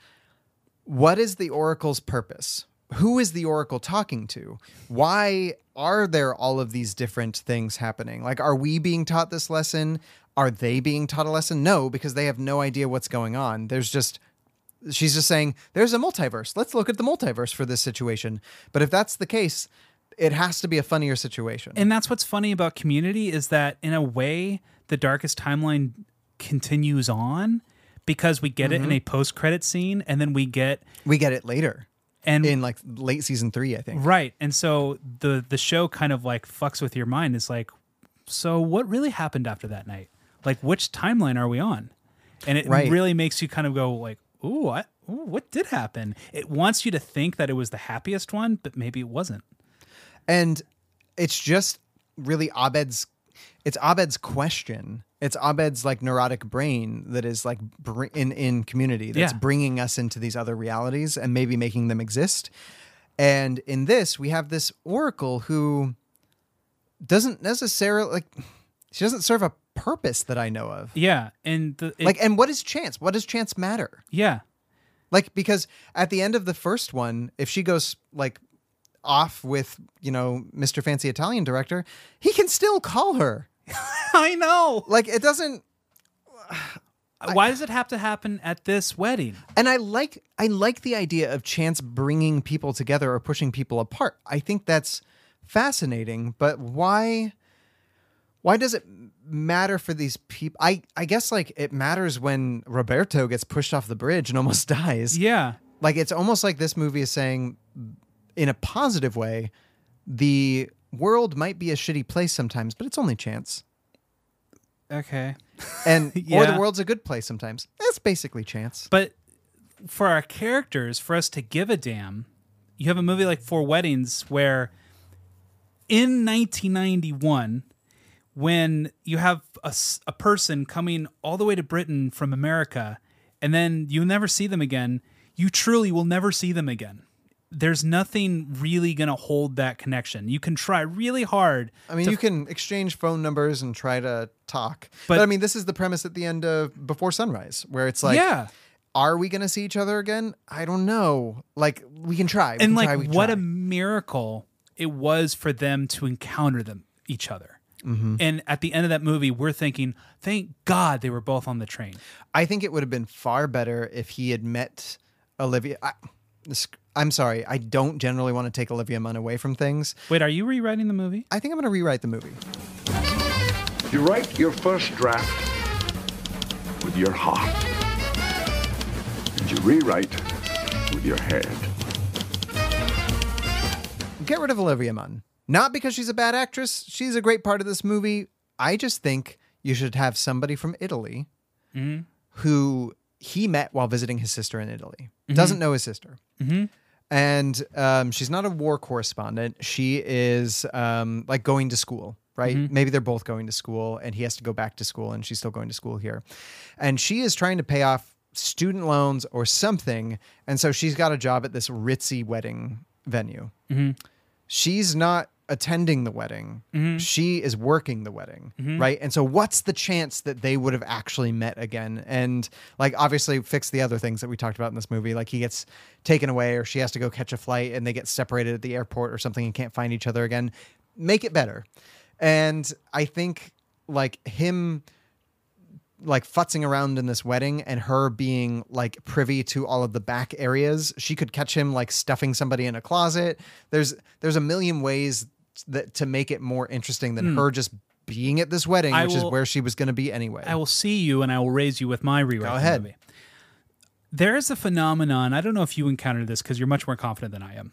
A: what is the oracle's purpose? Who is the oracle talking to? Why are there all of these different things happening? Like are we being taught this lesson? Are they being taught a lesson? No, because they have no idea what's going on. There's just she's just saying there's a multiverse. Let's look at the multiverse for this situation. But if that's the case, it has to be a funnier situation.
B: And that's what's funny about Community is that in a way, the darkest timeline continues on because we get it in
A: Mhm.
B: a post-credit scene, and then we get
A: we get it later,
B: and
A: in like late season three, I think.
B: right. And so the the show kind of like fucks with your mind. It's like, so what really happened after that night? Like, which timeline are we on? And it
A: Right.
B: really makes you kind of go like, ooh, I, ooh, what did happen? It wants you to think that it was the happiest one, but maybe it wasn't.
A: And it's just really Abed's. It's Abed's question. It's Abed's like neurotic brain that is like br- in in community that's
B: Yeah.
A: bringing us into these other realities and maybe making them exist. And in this, we have this oracle who doesn't necessarily like. She doesn't serve a purpose that I know of.
B: Yeah, and the, it-
A: like and what is chance what does chance matter
B: yeah
A: like because at the end of the first one if she goes like off with you know mr fancy italian director he can still call her
B: i know
A: like it doesn't
B: why does it have to happen at this wedding
A: and i like i like the idea of chance bringing people together or pushing people apart i think that's fascinating but why why does it matter for these people i i guess like it matters when roberto gets pushed off the bridge and almost dies
B: yeah
A: like it's almost like this movie is saying in a positive way the world might be a shitty place sometimes but it's only chance
B: okay
A: and or
B: Yeah.
A: the world's a good place sometimes that's basically chance
B: but for our characters for us to give a damn you have a movie like four weddings where in 1991 when you have a, s- a person coming all the way to britain from america and then you never see them again you truly will never see them again there's nothing really going to hold that connection you can try really hard
A: i mean
B: to
A: you can exchange phone numbers and try to talk
B: But-
A: but, i mean this is the premise at the end of before sunrise where it's like
B: Yeah.
A: are we going to see each other again i don't know like we can try we
B: and
A: can
B: like
A: try, we can
B: what
A: try.
B: a miracle it was for them to encounter them each other
A: Mhm.
B: and at the end of that movie we're thinking thank god they were both on the train
A: I think it would have been far better if he had met Olivia. I, this, I'm sorry, I don't generally want to take Olivia Munn away from things.
B: Wait, are you rewriting the movie?
A: I think I'm going to rewrite the movie.
L: You write your first draft with your heart, and you rewrite with your head.
A: Get rid of Olivia Munn. Not because she's a bad actress, she's a great part of this movie. I just think you should have somebody from Italy
B: Mhm.
A: who he met while visiting his sister in Italy.
B: Mhm.
A: Doesn't know his sister.
B: Mhm.
A: And um, she's not a war correspondent. She is um, like going to school, right?
B: Mhm.
A: Maybe they're both going to school and he has to go back to school and she's still going to school here. And she is trying to pay off student loans or something. And so she's got a job at this ritzy wedding venue.
B: Mhm.
A: She's not attending the wedding,
B: Mhm.
A: she is working the wedding,
B: Mhm.
A: right? And so, what's the chance that they would have actually met again? And like, obviously, fix the other things that we talked about in this movie. Like, he gets taken away, or she has to go catch a flight, and they get separated at the airport or something and can't find each other again. Make it better. And I think like him like futzing around in this wedding and her being like privy to all of the back areas she could catch him like stuffing somebody in a closet there's there's a million ways that to make it more interesting than
B: Hmm.
A: her just being at this wedding
B: I
A: which
B: will-
A: is where she was going to be anyway
B: i will see you and i will raise you with my rewrite
A: Go
B: of the
A: ahead.
B: movie. there is a phenomenon i don't know if you encountered this because you're much more confident than i am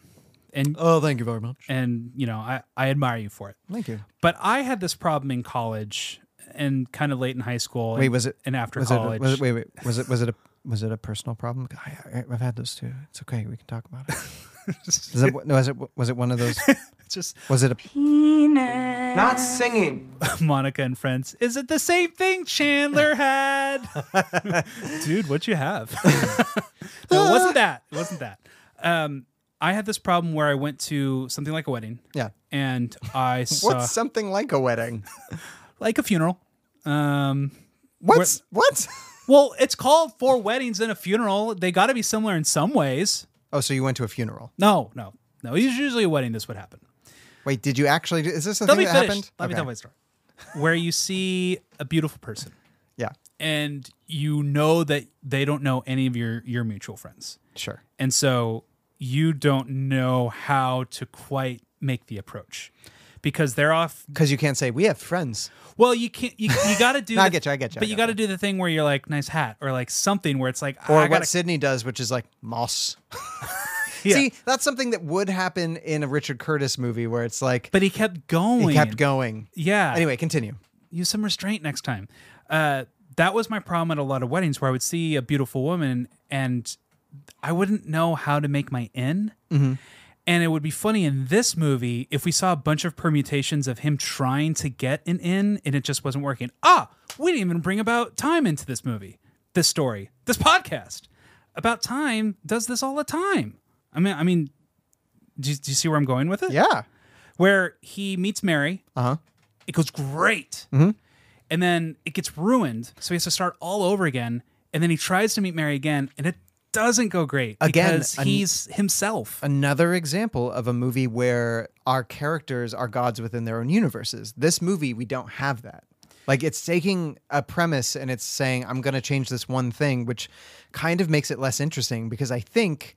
B: and
A: oh thank you very much
B: and you know i i admire you for it
A: thank you
B: but i had this problem in college and kind of late in high school
A: wait
B: and-
A: was it
B: and after
A: was it,
B: college
A: was it, wait wait was it was it a was it a personal problem I, I, i've had those too it's okay we can talk about it was it, was it was it one of those
B: just
A: was it a
K: Penis.
A: Not singing.
B: Monica and friends. Is it the same thing Chandler had? Dude, what you have? no, it wasn't that. It wasn't that. Um, I had this problem where I went to something like a wedding.
A: Yeah.
B: And I saw
A: what's something like a wedding
B: like a funeral. Um,
A: What's- what?
B: Well, it's called four weddings and a funeral. They got to be similar in some ways.
A: oh so you went to a funeral
B: No, no, no. It's usually a wedding. This would happen.
A: Wait, did you actually? do Is this the
B: Let
A: thing
B: me
A: that
B: finish.
A: happened?
B: Let me
A: Okay.
B: tell my story. Where you see a beautiful person.
A: Yeah.
B: and you know that they don't know any of your your mutual friends.
A: Sure.
B: And so you don't know how to quite make the approach because they're off
A: because you can't say we have friends.
B: Well, you can't. You, you got to do.
A: No, I get you, I get you, I
B: But you
A: get
B: got to do the thing where you're like, nice hat, or like something where it's like, "Ah,
A: Or
B: I
A: what
B: gotta-
A: Sydney does, which is like moss.
B: Yeah.
A: See, that's something that would happen in a Richard Curtis movie where it's like,
B: but he kept going.
A: He kept going.
B: Yeah.
A: Anyway, continue.
B: use some restraint next time. Uh, that was my problem at a lot of weddings where I would see a beautiful woman and I wouldn't know how to make my in.
A: Mhm.
B: And it would be funny in this movie if we saw a bunch of permutations of him trying to get an in and it just wasn't working. Ah, we didn't even bring about time into this movie, this story, this podcast. About time does this all the time. I mean, I mean, do you, do you see where I'm going with it?
A: Yeah.
B: Where he meets Mary.
A: Uh huh.
B: It goes great.
A: Mhm.
B: And then it gets ruined. So he has to start all over again. And then he tries to meet Mary again. And it doesn't go great.
A: Again,
B: Because
A: an-
B: he's himself.
A: Another example of a movie where our characters are gods within their own universes. This movie, we don't have that. Like it's taking a premise and it's saying, I'm going to change this one thing, which kind of makes it less interesting because I think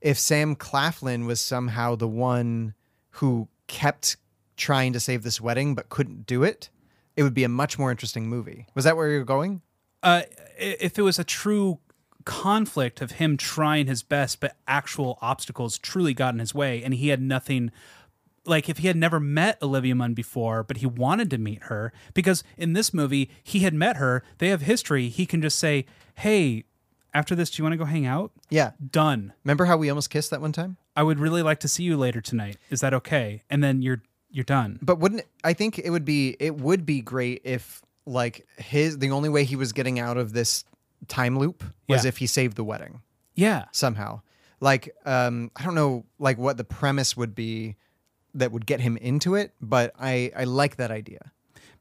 A: if Sam Claflin was somehow the one who kept trying to save this wedding but couldn't do it, it would be a much more interesting movie. Was that where you were going?
B: Uh, i- if it was a true conflict of him trying his best, but actual obstacles truly got in his way, and he had nothing. Like if he had never met Olivia Munn before, but he wanted to meet her because in this movie he had met her. They have history. He can just say, "Hey, after this, do you want to go hang out?"
A: Yeah.
B: Done.
A: Remember how we almost kissed that one time?
B: I would really like to see you later tonight. Is that okay? And then you're you're done.
A: But wouldn't I think it would be it would be great if like his the only way he was getting out of this time loop was
B: Yeah.
A: if he saved the wedding.
B: Yeah.
A: Somehow. Like um I don't know like what the premise would be that would get him into it, but I I like that idea.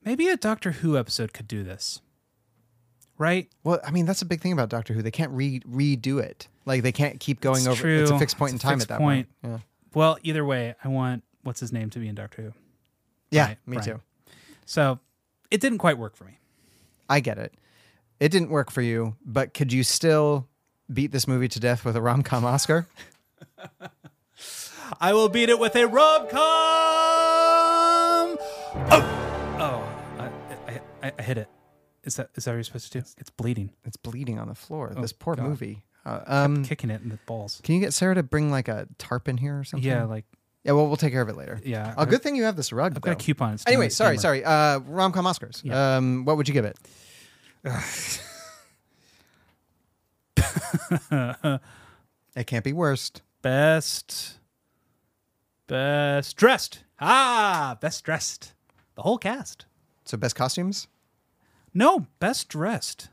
B: Maybe a Doctor Who episode could do this. Right?
A: Well, I mean that's a big thing about Doctor Who. They can't re- redo it. Like they can't keep going
B: It's
A: over
B: true.
A: it's a fixed point in time
B: fixed
A: at that
B: point.
A: point. Yeah.
B: Well, either way, I want what's his name to be in Doctor Who.
A: Yeah,
B: Brian-
A: me
B: Brian.
A: too.
B: So it didn't quite work for me.
A: I get it. It didn't work for you, but could you still beat this movie to death with a rom-com Oscar?
B: I will beat it with a rom com. Oh, oh, I, I, I, I hit it. Is that is that what you're supposed to do? It's, bleeding.
A: It's bleeding on the floor.
B: Oh,
A: this poor
B: God.
A: movie. Uh,
B: Kept
A: um,
B: kicking it in the balls.
A: Can you get Sarah to bring like a tarp in here or something?
B: Yeah, like-
A: Yeah, well, we'll take care of it later.
B: Yeah,
A: Oh,
B: I-
A: good thing you have this rug.
B: I've got a
A: though.
B: coupon. It's down
A: Anyway,
B: the
A: sorry,
B: steamer.
A: sorry. Uh, Rom com Oscars. Um, what would you give it? it can't be worst.
B: Best, best dressed. Ah, best dressed. The whole cast.
A: So best costumes.
B: No, best dressed.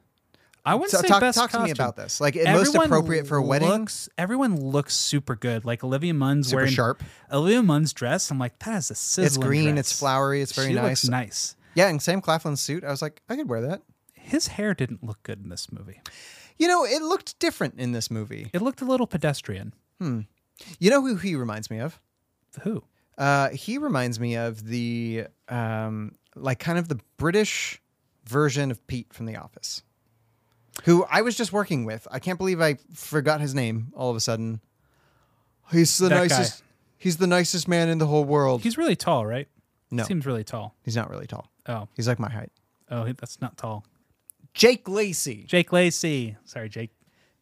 B: I wouldn't
A: So
B: say
A: talk-
B: best.
A: talk to me
B: costume.
A: about this. Like, it- most appropriate for a wedding?
B: Looks, everyone looks super good. Like Olivia Munn's
A: Super
B: wearing
A: sharp.
B: Olivia Munn's dress. I'm like, that is a sizzling.
A: it's green.
B: dress.
A: It's flowery. It's very
B: She
A: nice.
B: looks nice.
A: Yeah, and Sam Claflin's suit. I was like, I could wear that.
B: His hair didn't look good in this movie.
A: You know, it looked different in this movie.
B: It looked a little pedestrian.
A: Hmm. You know who he reminds me of?
B: Who?
A: Uh, he reminds me of the um, like kind of the British version of Pete from The Office, who I was just working with. I can't believe I forgot his name all of a sudden. He's the
B: That guy.
A: nicest. He's the nicest man in the whole world.
B: He's really tall, right?
A: No.
B: seems really tall.
A: He's not really tall.
B: Oh,
A: He's like my height.
B: oh, that's not tall.
A: Jake Lacey.
B: Jake Lacey. Sorry, Jake.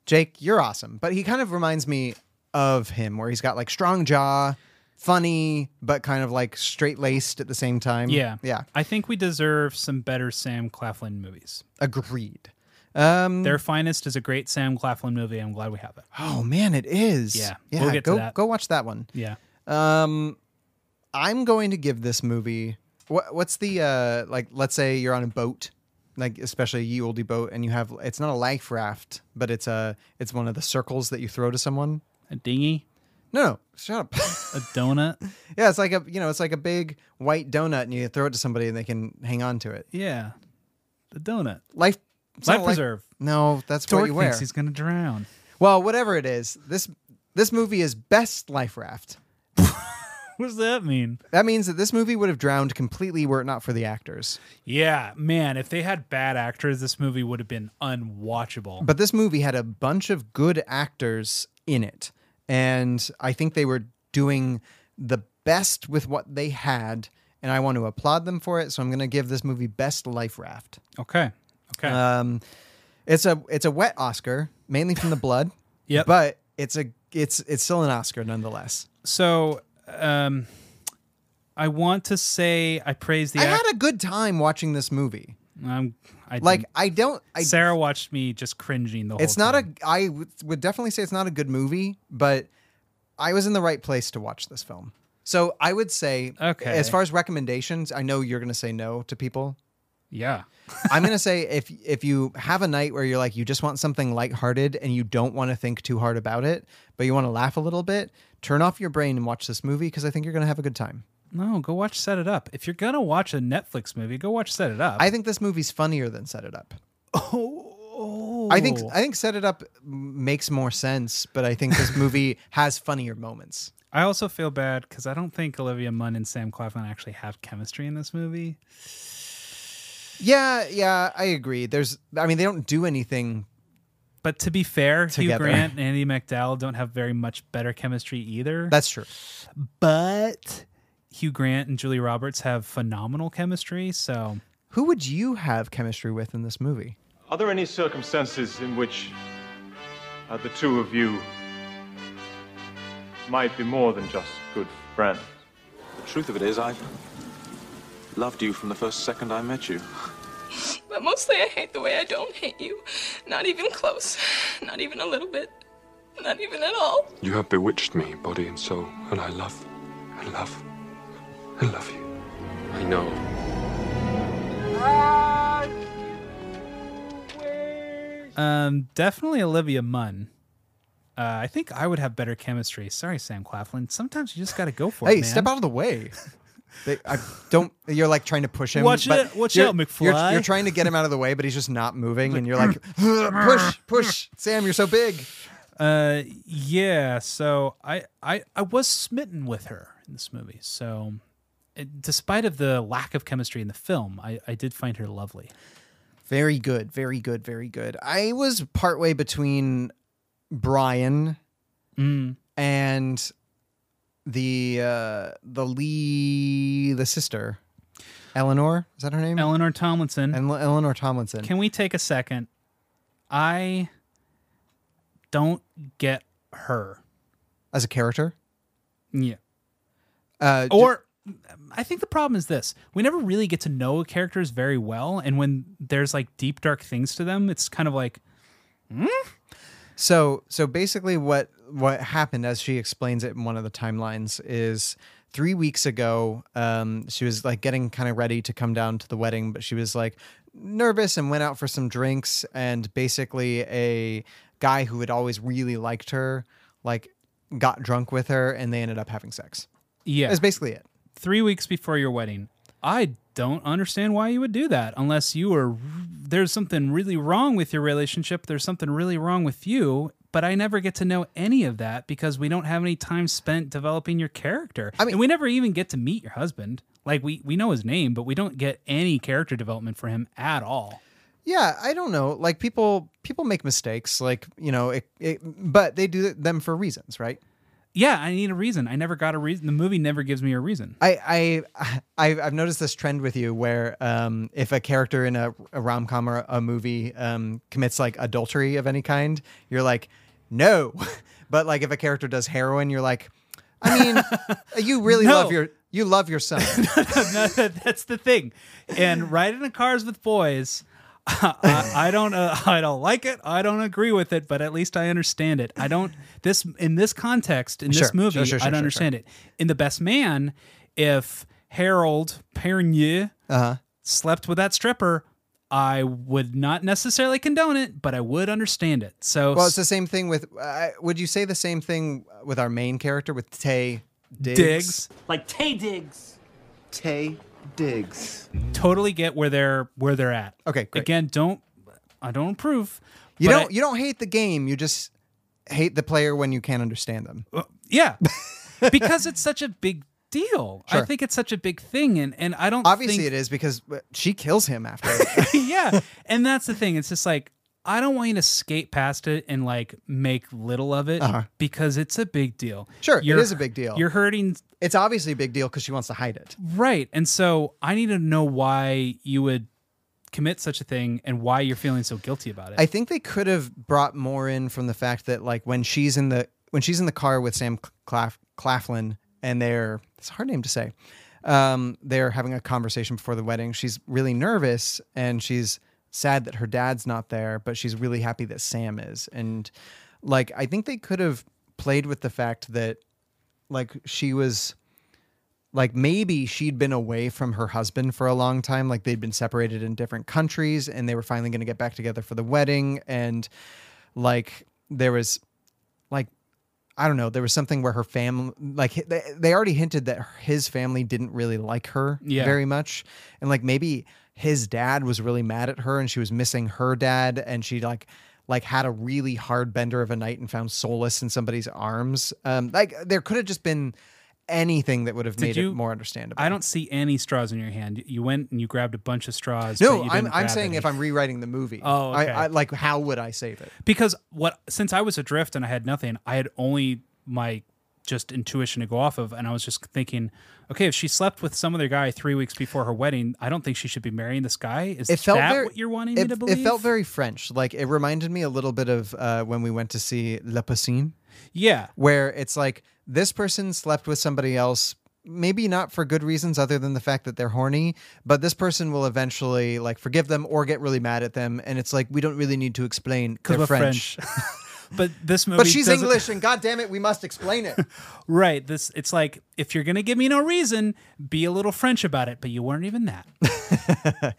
A: Jake, you're awesome. But he kind of reminds me of him, where he's got like strong jaw, funny, but kind of like straight laced at the same time.
B: Yeah,
A: Mm, Yeah.
B: I think we deserve some better Sam Claflin movies.
A: Agreed. Um,
B: Their finest is a great Sam Claflin movie. I'm glad we have it.
A: oh, man, it is.
B: Yeah,
A: Yeah.
B: we'll get to
A: go,
B: that.
A: go watch that one.
B: Yeah.
A: Um, I'm going to give this movie. What, what's the, uh, like, let's say you're on a boat, like, especially a ye oldie boat, and you have, it's not a life raft, but it's a, it's one of the circles that you throw to someone.
B: A dinghy,
A: No, no, shut up.
B: a donut.
A: Yeah, it's like a you know, it's like a big white donut, and you throw it to somebody, and they can hang on to it.
B: yeah, the donut.
A: Life, it's
B: Life
A: not
B: preserve.
A: no, that's what
B: Dork
A: you wear.
B: thinks he's gonna drown.
A: Well, whatever it is, this this movie is best life raft.
B: what does that mean?
A: That means that this movie would have drowned completely were it not for the actors.
B: Yeah, man, if they had bad actors, this movie would have been unwatchable.
A: But this movie had a bunch of good actors in it. And I think they were doing the best with what they had. And I want to applaud them for it. So I'm going to give this movie Best Life Raft.
B: Okay. Okay.
A: Um, it's a it's a wet Oscar, mainly from the blood.
B: Yep.
A: But it's a it's it's still an Oscar nonetheless.
B: So, um, I want to say I praise the.
A: I
B: act-
A: had a good time watching this movie.
B: Um, I
A: Like,
B: didn't-
A: I don't- I-
B: Sarah watched me just cringing the whole.
A: It's not a I w- would definitely say it's not a good movie, but I was in the right place to watch this film. So I would say
B: Okay.
A: as far as recommendations, I know you're going to say no to people.
B: Yeah.
A: I'm going to say if if you have a night where you're like you just want something lighthearted and you don't want to think too hard about it, but you want to laugh a little bit, turn off your brain and watch this movie because I think you're going to have a good time.
B: No, go watch Set It Up. If you're gonna watch a Netflix movie, go watch Set It Up.
A: I think this movie's funnier than Set It Up.
B: Oh,
A: I think I think Set It Up m- makes more sense, but I think this movie has funnier moments.
B: I also feel bad because I don't think Olivia Munn and Sam Claflin actually have chemistry in this movie.
A: Yeah, yeah, I agree. There's, I mean, they don't do anything.
B: But to be fair, Hugh
A: Together.
B: Grant and Andy McDowell don't have very much better chemistry either.
A: That's true.
B: But Hugh Grant and Julie Roberts have phenomenal chemistry. So
A: Who would you have chemistry with in this movie?
M: Are there any circumstances in which uh, the two of you might be more than just good friends?
J: The truth of it is, I loved you from the first second I met you.
N: But mostly I hate the way I don't hate you. Not even close. Not even a little bit. Not even at all.
E: You have bewitched me, body and soul, and I love, I love, I love you. I know.
B: um, definitely Olivia Munn. Uh, I think I would have better chemistry. Sorry, Sam Claflin. Sometimes you just got to go for it.
A: hey, step out of the way. They, I don't. You're like trying to push him.
B: Watch
A: but
B: it- watch
A: you're-
B: out,
A: You're,
B: McFly.
A: you're trying to get him out of the way, but he's just not moving, and you're like, push, push, Sam, you're so big.
B: Uh, yeah. So I, I, I was smitten with her in this movie. So, it, despite of the lack of chemistry in the film, I, I did find her lovely.
A: Very good, very good, very good. I was partway between Brian and the uh the Lee the sister. Eleanor, is that her name?
B: Eleanor Tomlinson.
A: And Eleanor Tomlinson.
B: Can we take a second? I don't get her.
A: as a character?
B: Yeah.
A: Uh,
B: or I think the problem is this: we never really get to know characters very well, and when there's like deep dark things to them, it's kind of like, hmm?
A: So so basically what what happened as she explains it in one of the timelines is three weeks ago, um, she was like getting kind of ready to come down to the wedding, but she was like nervous and went out for some drinks and basically a guy who had always really liked her, like got drunk with her and they ended up having sex.
B: yeah,
A: That's basically it.
B: three weeks before your wedding. I don't understand why you would do that unless you are there's something really wrong with your relationship. There's something really wrong with you. But I never get to know any of that because we don't have any time spent developing your character. I mean, and we never even get to meet your husband. Like we we know his name, but we don't get any character development for him at all.
A: Yeah, I don't know. Like people people make mistakes, like, you know, it, it but they do them for reasons, right?
B: Yeah, I need a reason. I never got a reason. The movie never gives me a reason.
A: I, I, I I've noticed this trend with you where um, if a character in a, a rom com or a movie um, commits like adultery of any kind, you're like, no. But like if a character does heroin, you're like, I mean, you really
B: No.
A: love your you love your son.
B: No, that's the thing. And riding in cars with boys, I, I don't, uh, I don't like it. I don't agree with it, but at least I understand it. I don't this in this context in
A: Sure,
B: this movie.
A: sure, sure,
B: I
A: sure,
B: don't
A: sure,
B: understand it. In the Best Man, if Harold Perrineau
A: uh-huh.
B: slept with that stripper. I would not necessarily condone it, but I would understand it. So
A: well, it's the same thing with. Uh, would you say the same thing with our main character with Tay Diggs?
B: Diggs.
O: Like Tay Diggs.
B: Tay Diggs. Totally get where they're where they're at.
A: Okay, great.
B: Again, don't I don't approve.
A: You
B: but I-
A: don't you don't hate the game. You just hate the player when you can't understand them.
B: Yeah. because it's such a big deal. I
A: Sure.
B: think it's such a big thing, and and I don't
A: Obviously,
B: think-
A: it is because uh, she kills him after.
B: yeah. And that's the thing. It's just like, I don't want you to skate past it and like make little of it
A: Uh-huh.
B: because it's a big deal.
A: Sure, it
B: You're-
A: is a big deal.
B: You're hurting.
A: It's obviously a big deal because she wants to hide it.
B: Right. And so I need to know why you would commit such a thing and why you're feeling so guilty about it.
A: I think they could have brought more in from the fact that like when she's in the when she's in the car with Sam Claf- Claflin and they're it's a hard name to say. Um, they're having a conversation before the wedding. She's really nervous and she's sad that her dad's not there, but she's really happy that Sam is. And like I think they could have played with the fact that like she was like maybe she'd been away from her husband for a long time like they'd been separated in different countries and they were finally going to get back together for the wedding and like there was like i don't know there was something where her family like hi- they, they already hinted that his family didn't really like her
B: Yeah.
A: very much and like maybe his dad was really mad at her and she was missing her dad and she like like had a really hard bender of a night and found solace in somebody's arms um like there could have just been anything that would have
B: Did
A: made
B: you-
A: it more understandable
B: I don't see any straws in your hand. You went and you grabbed a bunch of straws. but
A: no,
B: you
A: I'm,
B: didn't
A: I'm
B: grab
A: saying
B: any.
A: if I'm rewriting the movie.
B: Oh, okay.
A: I, I, like how would I save it?
B: because what since I was adrift and I had nothing, I had only my just intuition to go off of, and I was just thinking, okay, if she slept with some other guy three weeks before her wedding, I don't think she should be marrying this guy. Is that what you're wanting
A: it,
B: me to believe?
A: It felt very French. Like it reminded me a little bit of uh, when we went to see La Piscine.
B: Yeah.
A: where it's like this person slept with somebody else. Maybe not for good reasons other than the fact that they're horny, but this person will eventually like forgive them or get really mad at them. And it's like, we don't really need to explain
B: 'Cause
A: because
B: we're
A: French.
B: but this movie,
A: but she's
B: doesn't-
A: English, and goddamn it, we must explain it.
B: right? This it's like if you're gonna give me no reason, be a little French about it. But you weren't even that.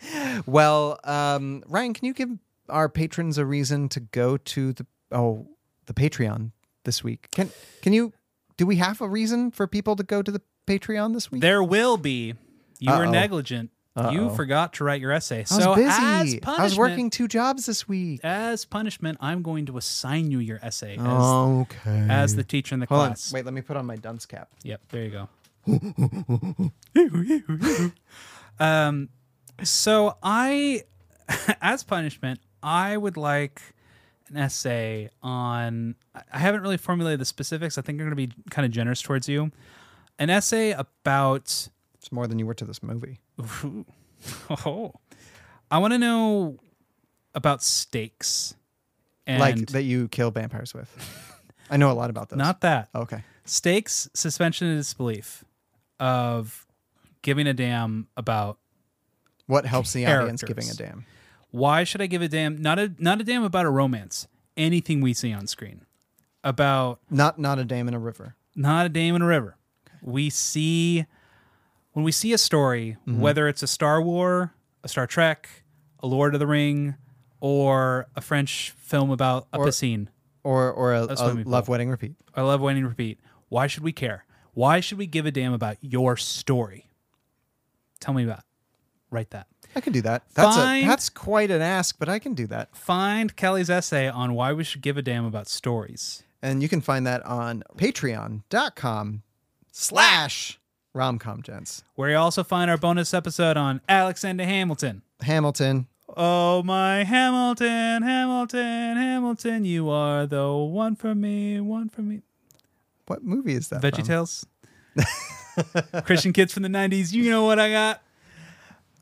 A: Well, um, Ryan, can you give our patrons a reason to go to the oh the Patreon this week? Can can you do we have a reason for people to go to the Patreon this week?
B: There will be. You were
A: Uh-oh.
B: negligent. You
A: Uh-oh.
B: forgot to write your
A: I
B: essay.
A: was
B: so
A: busy.
B: as
A: I was
B: punishment-
A: working two jobs this week.
B: As punishment, I'm going to assign you your essay. As,
A: Oh. Okay.
B: As the teacher in the
A: Hold on.
B: class.
A: Wait, let me put on my dunce cap.
B: Yep. There you go. Um, so I, as punishment, I would like an essay on. I- I haven't really formulated the specifics. I think I'm going to be kind of generous towards you. An essay about.
A: It's more than you were to this movie.
B: Oh, I want to know about stakes. And
A: like that you kill vampires with. I know a lot about those.
B: Not that.
A: Okay.
B: Stakes, suspension of disbelief of giving a damn about
A: what helps the audience giving a damn.
B: Why should I give a damn? Not a not a damn about a romance. Anything we see on screen about
A: not not a dam in a river.
B: Not a dam in a river. We see when we see a story,
A: Mhm.
B: whether it's a Star War, a Star Trek, a Lord of the Ring, or a French film about a
A: Or-
B: piscine
A: or or a, a
B: swimming pool.
A: love wedding repeat.
B: I love waiting to repeat. Why should we care? Why should we give a damn about your story? Tell me about. Write that.
A: I can do that. That's
B: Fine.
A: a, that's quite an ask, but I can do that.
B: Find Kelly's essay on why we should give a damn about stories.
A: And you can find that on patreon.com slash romcom gents.
B: Where you also find our bonus episode on Alexander Hamilton.
A: Hamilton.
B: Oh my Hamilton, Hamilton, Hamilton, you are the one for me, one for me.
A: What movie is that?
B: Veggie
A: from?
B: Tales. Christian kids from the '90s. You know what I got.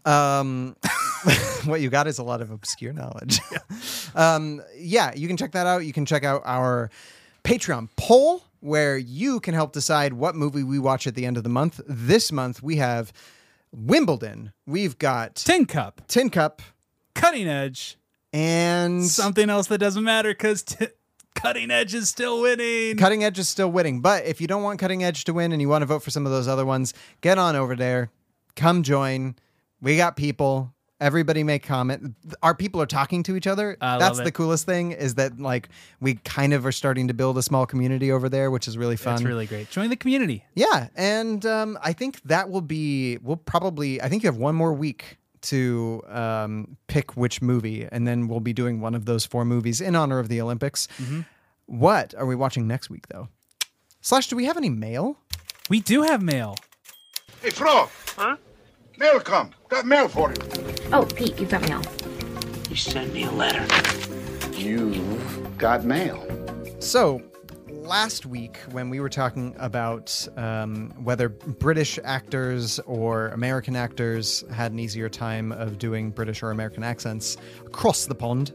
A: Um, what you got is a lot of obscure knowledge. um, yeah, you can check that out. You can check out our Patreon poll where you can help decide what movie we watch at the end of the month. This month we have Wimbledon. We've got
B: Tin Cup.
A: Tin Cup.
B: Cutting Edge.
A: And
B: something else that doesn't matter because t- Cutting Edge is still winning.
A: Cutting Edge is still winning, but if you don't want Cutting Edge to win and you want to vote for some of those other ones, get on over there. Come join. We got people. Everybody may comment. Our people are talking to each other.
B: I love
A: That's
B: it.
A: the coolest thing is that like we kind of are starting to build a small community over there, which is really fun.
B: That's really great. Join the community.
A: Yeah, and um, I think that will be. We'll probably. I think you have one more week to um, pick which movie, and then we'll be doing one of those four movies in honor of the Olympics. What are we watching next week, though? Slash, do we have any mail?
B: We do have mail.
L: Hey, Flo. Huh? Mail come. Got mail for you.
H: Oh, Pete, you've got mail.
O: You sent me a letter.
A: You've got mail. So, last week when we were talking about um, whether British actors or American actors had an easier time of doing British or American accents across the pond,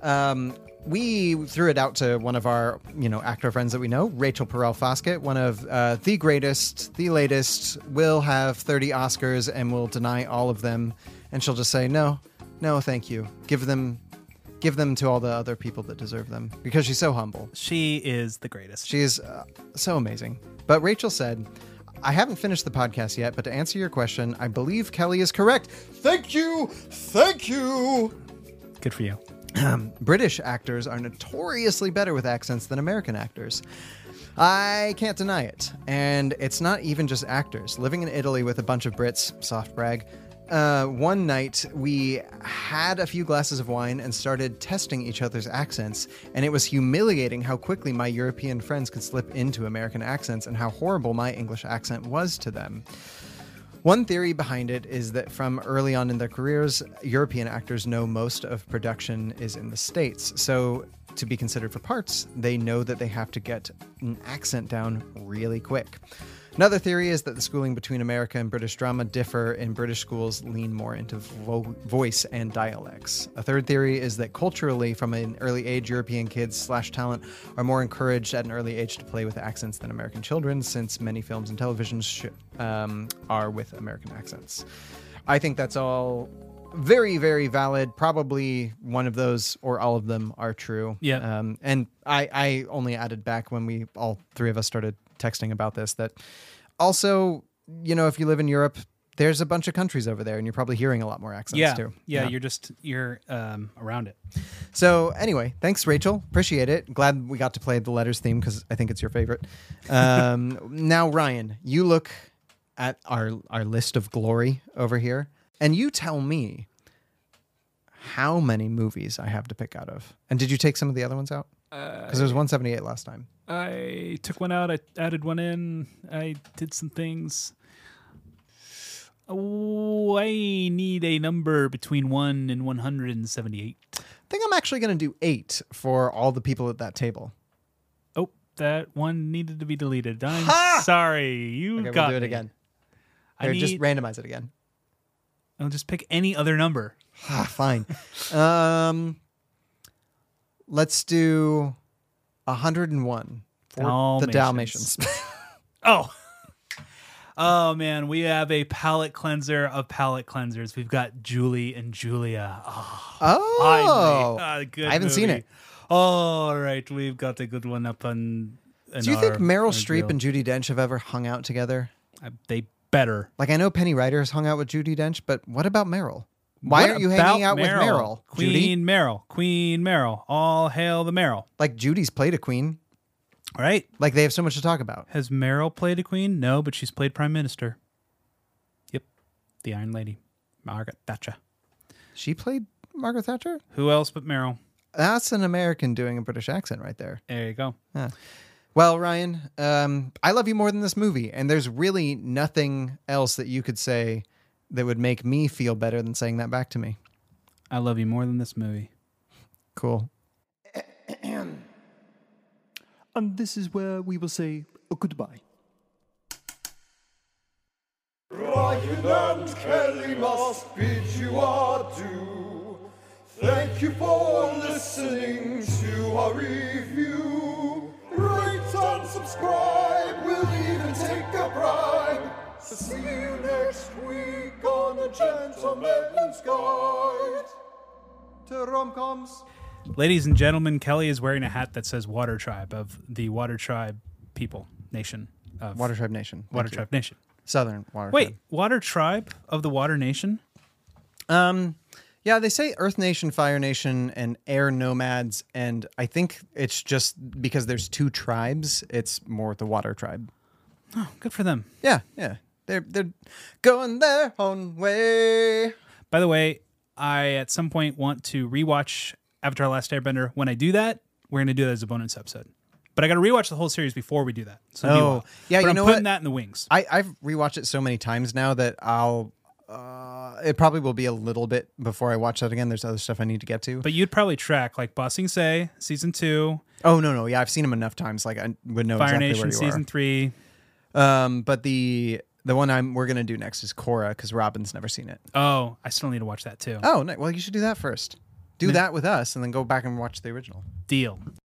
A: um, we threw it out to one of our you know actor friends that we know, Rachel Perel Foskett, one of uh, the greatest, the latest. Will have thirty Oscars and will deny all of them, and she'll just say no, no, thank you. Give them give them to all the other people that deserve them because she's so humble.
B: She is the greatest.
A: She is uh, so amazing. But Rachel said, I haven't finished the podcast yet, but to answer your question, I believe Kelly is correct. Thank you. Thank you.
B: Good for you.
A: British actors are notoriously better with accents than American actors. I can't deny it. And it's not even just actors. Living in Italy with a bunch of Brits, soft brag, uh, one night we had a few glasses of wine and started testing each other's accents, and it was humiliating how quickly my European friends could slip into American accents and how horrible my English accent was to them. One theory behind it is that from early on in their careers, European actors know most of production is in the States. So, to be considered for parts, they know that they have to get an accent down really quick. Another theory is that the schooling between America and British drama differ, and British schools lean more into vo- voice and dialects. A third theory is that culturally, from an early age, European kids slash talent are more encouraged at an early age to play with accents than American children, since many films and television sh- um, are with American accents. I think that's all very, very valid. Probably one of those or all of them are true.
B: Yeah.
A: Um, and I, I only added back when we all three of us started texting about this that also, you know, if you live in Europe, there's a bunch of countries over there and you're probably hearing a lot more accents
B: yeah,
A: too.
B: yeah, you're just you're um, around it.
A: So anyway, thanks Rachel. Appreciate it. Glad we got to play the letters theme cuz I think it's your favorite. Um, now Ryan, you look at our our list of glory over here and you tell me how many movies I have to pick out of. And did you take some of the other ones out?
B: Uh,
A: Because there was 178 last time.
B: I took one out. I added one in. I did some things. Oh, I need a number between one and one hundred and seventy-eight.
A: I think I'm actually going to do eight for all the people at that table.
B: Oh, that one needed to be deleted. I'm sorry. You
A: Okay, we'll
B: got
A: do it
B: me.
A: again.
B: I
A: Or just
B: need-
A: randomize it again.
B: I'll just pick any other number.
A: Ah, fine. um, let's do 101 for the
B: Dalmatians.
A: Dalmatians.
B: Oh. Oh man, we have a palate cleanser of palate cleansers. We've got Julie and Julia. Oh,
A: Oh.
B: finally. Ah, good
A: I haven't seen
B: movie.
A: it.
B: All right, we've got a good one up on. in
A: do you think
B: our-
A: Meryl
B: our
A: Streep
B: grill.
A: and Judy Dench have ever hung out together?
B: they better.
A: Like I know Penny Ryder has hung out with Judy Dench, but what about Meryl? Why
B: What
A: aren't you
B: about
A: hanging out with Meryl?
B: Queen
A: Judy?
B: Meryl, Queen Meryl. All hail the Meryl.
A: Like Judy's played a queen.
B: Right.
A: Like they have so much to talk about.
B: Has Meryl played a queen? No, but she's played prime minister. Yep, the Iron Lady, Margaret Thatcher.
A: She played Margaret Thatcher.
B: Who else but Meryl?
A: That's an American doing a British accent right there.
B: There you go.
A: Yeah. Well, Ryan, um, I love you more than this movie, and there's really nothing else that you could say that would make me feel better than saying that back to me.
B: I love you more than this movie.
A: Cool.
P: And this is where we will say goodbye.
Q: Ryan and Kelly must bid you adieu. Thank you for listening to our review. Rate and subscribe, we'll even take a bribe. See you next week on The Gentleman's Guide to Rom-Coms.
B: Ladies and gentlemen, Kelly is wearing a hat that says Water Tribe of the Water Tribe people, nation. Of
A: Water Tribe Nation. Thank
B: Water
A: you.
B: Tribe Nation.
A: Southern Water.
B: Wait, Water Tribe of the Water Nation?
A: Um, yeah, they say Earth Nation, Fire Nation, and Air Nomads, and I think it's just because there's two tribes, it's more the Water Tribe.
B: Oh, good for them.
A: Yeah, yeah. They're they're going their own way.
B: By the way, I at some point want to rewatch Avatar Last Airbender. When I do that, we're going to do that as a bonus episode. But I got to rewatch the whole series before we do that. So it'll be a
A: oh,
B: while.
A: yeah,
B: But
A: you
B: I'm
A: know
B: putting
A: what?
B: that in the wings.
A: I, I've rewatched it so many times now that I'll. Uh, it probably will be a little bit before I watch that again. There's other stuff I need to get to.
B: But you'd probably track like Bossing Say season two,
A: Oh no, no, yeah, I've seen him enough times. Like I would know
B: Fire
A: exactly
B: Nation
A: where you
B: season
A: are.
B: three.
A: Um, but the the one I'm we're gonna do next is Cora because Robin's never seen it.
B: Oh, I still need to
A: Uh,
B: watch that too.
A: Oh, ni- well, you should do that first. Do that with us, and then go back and watch the original.
B: Deal.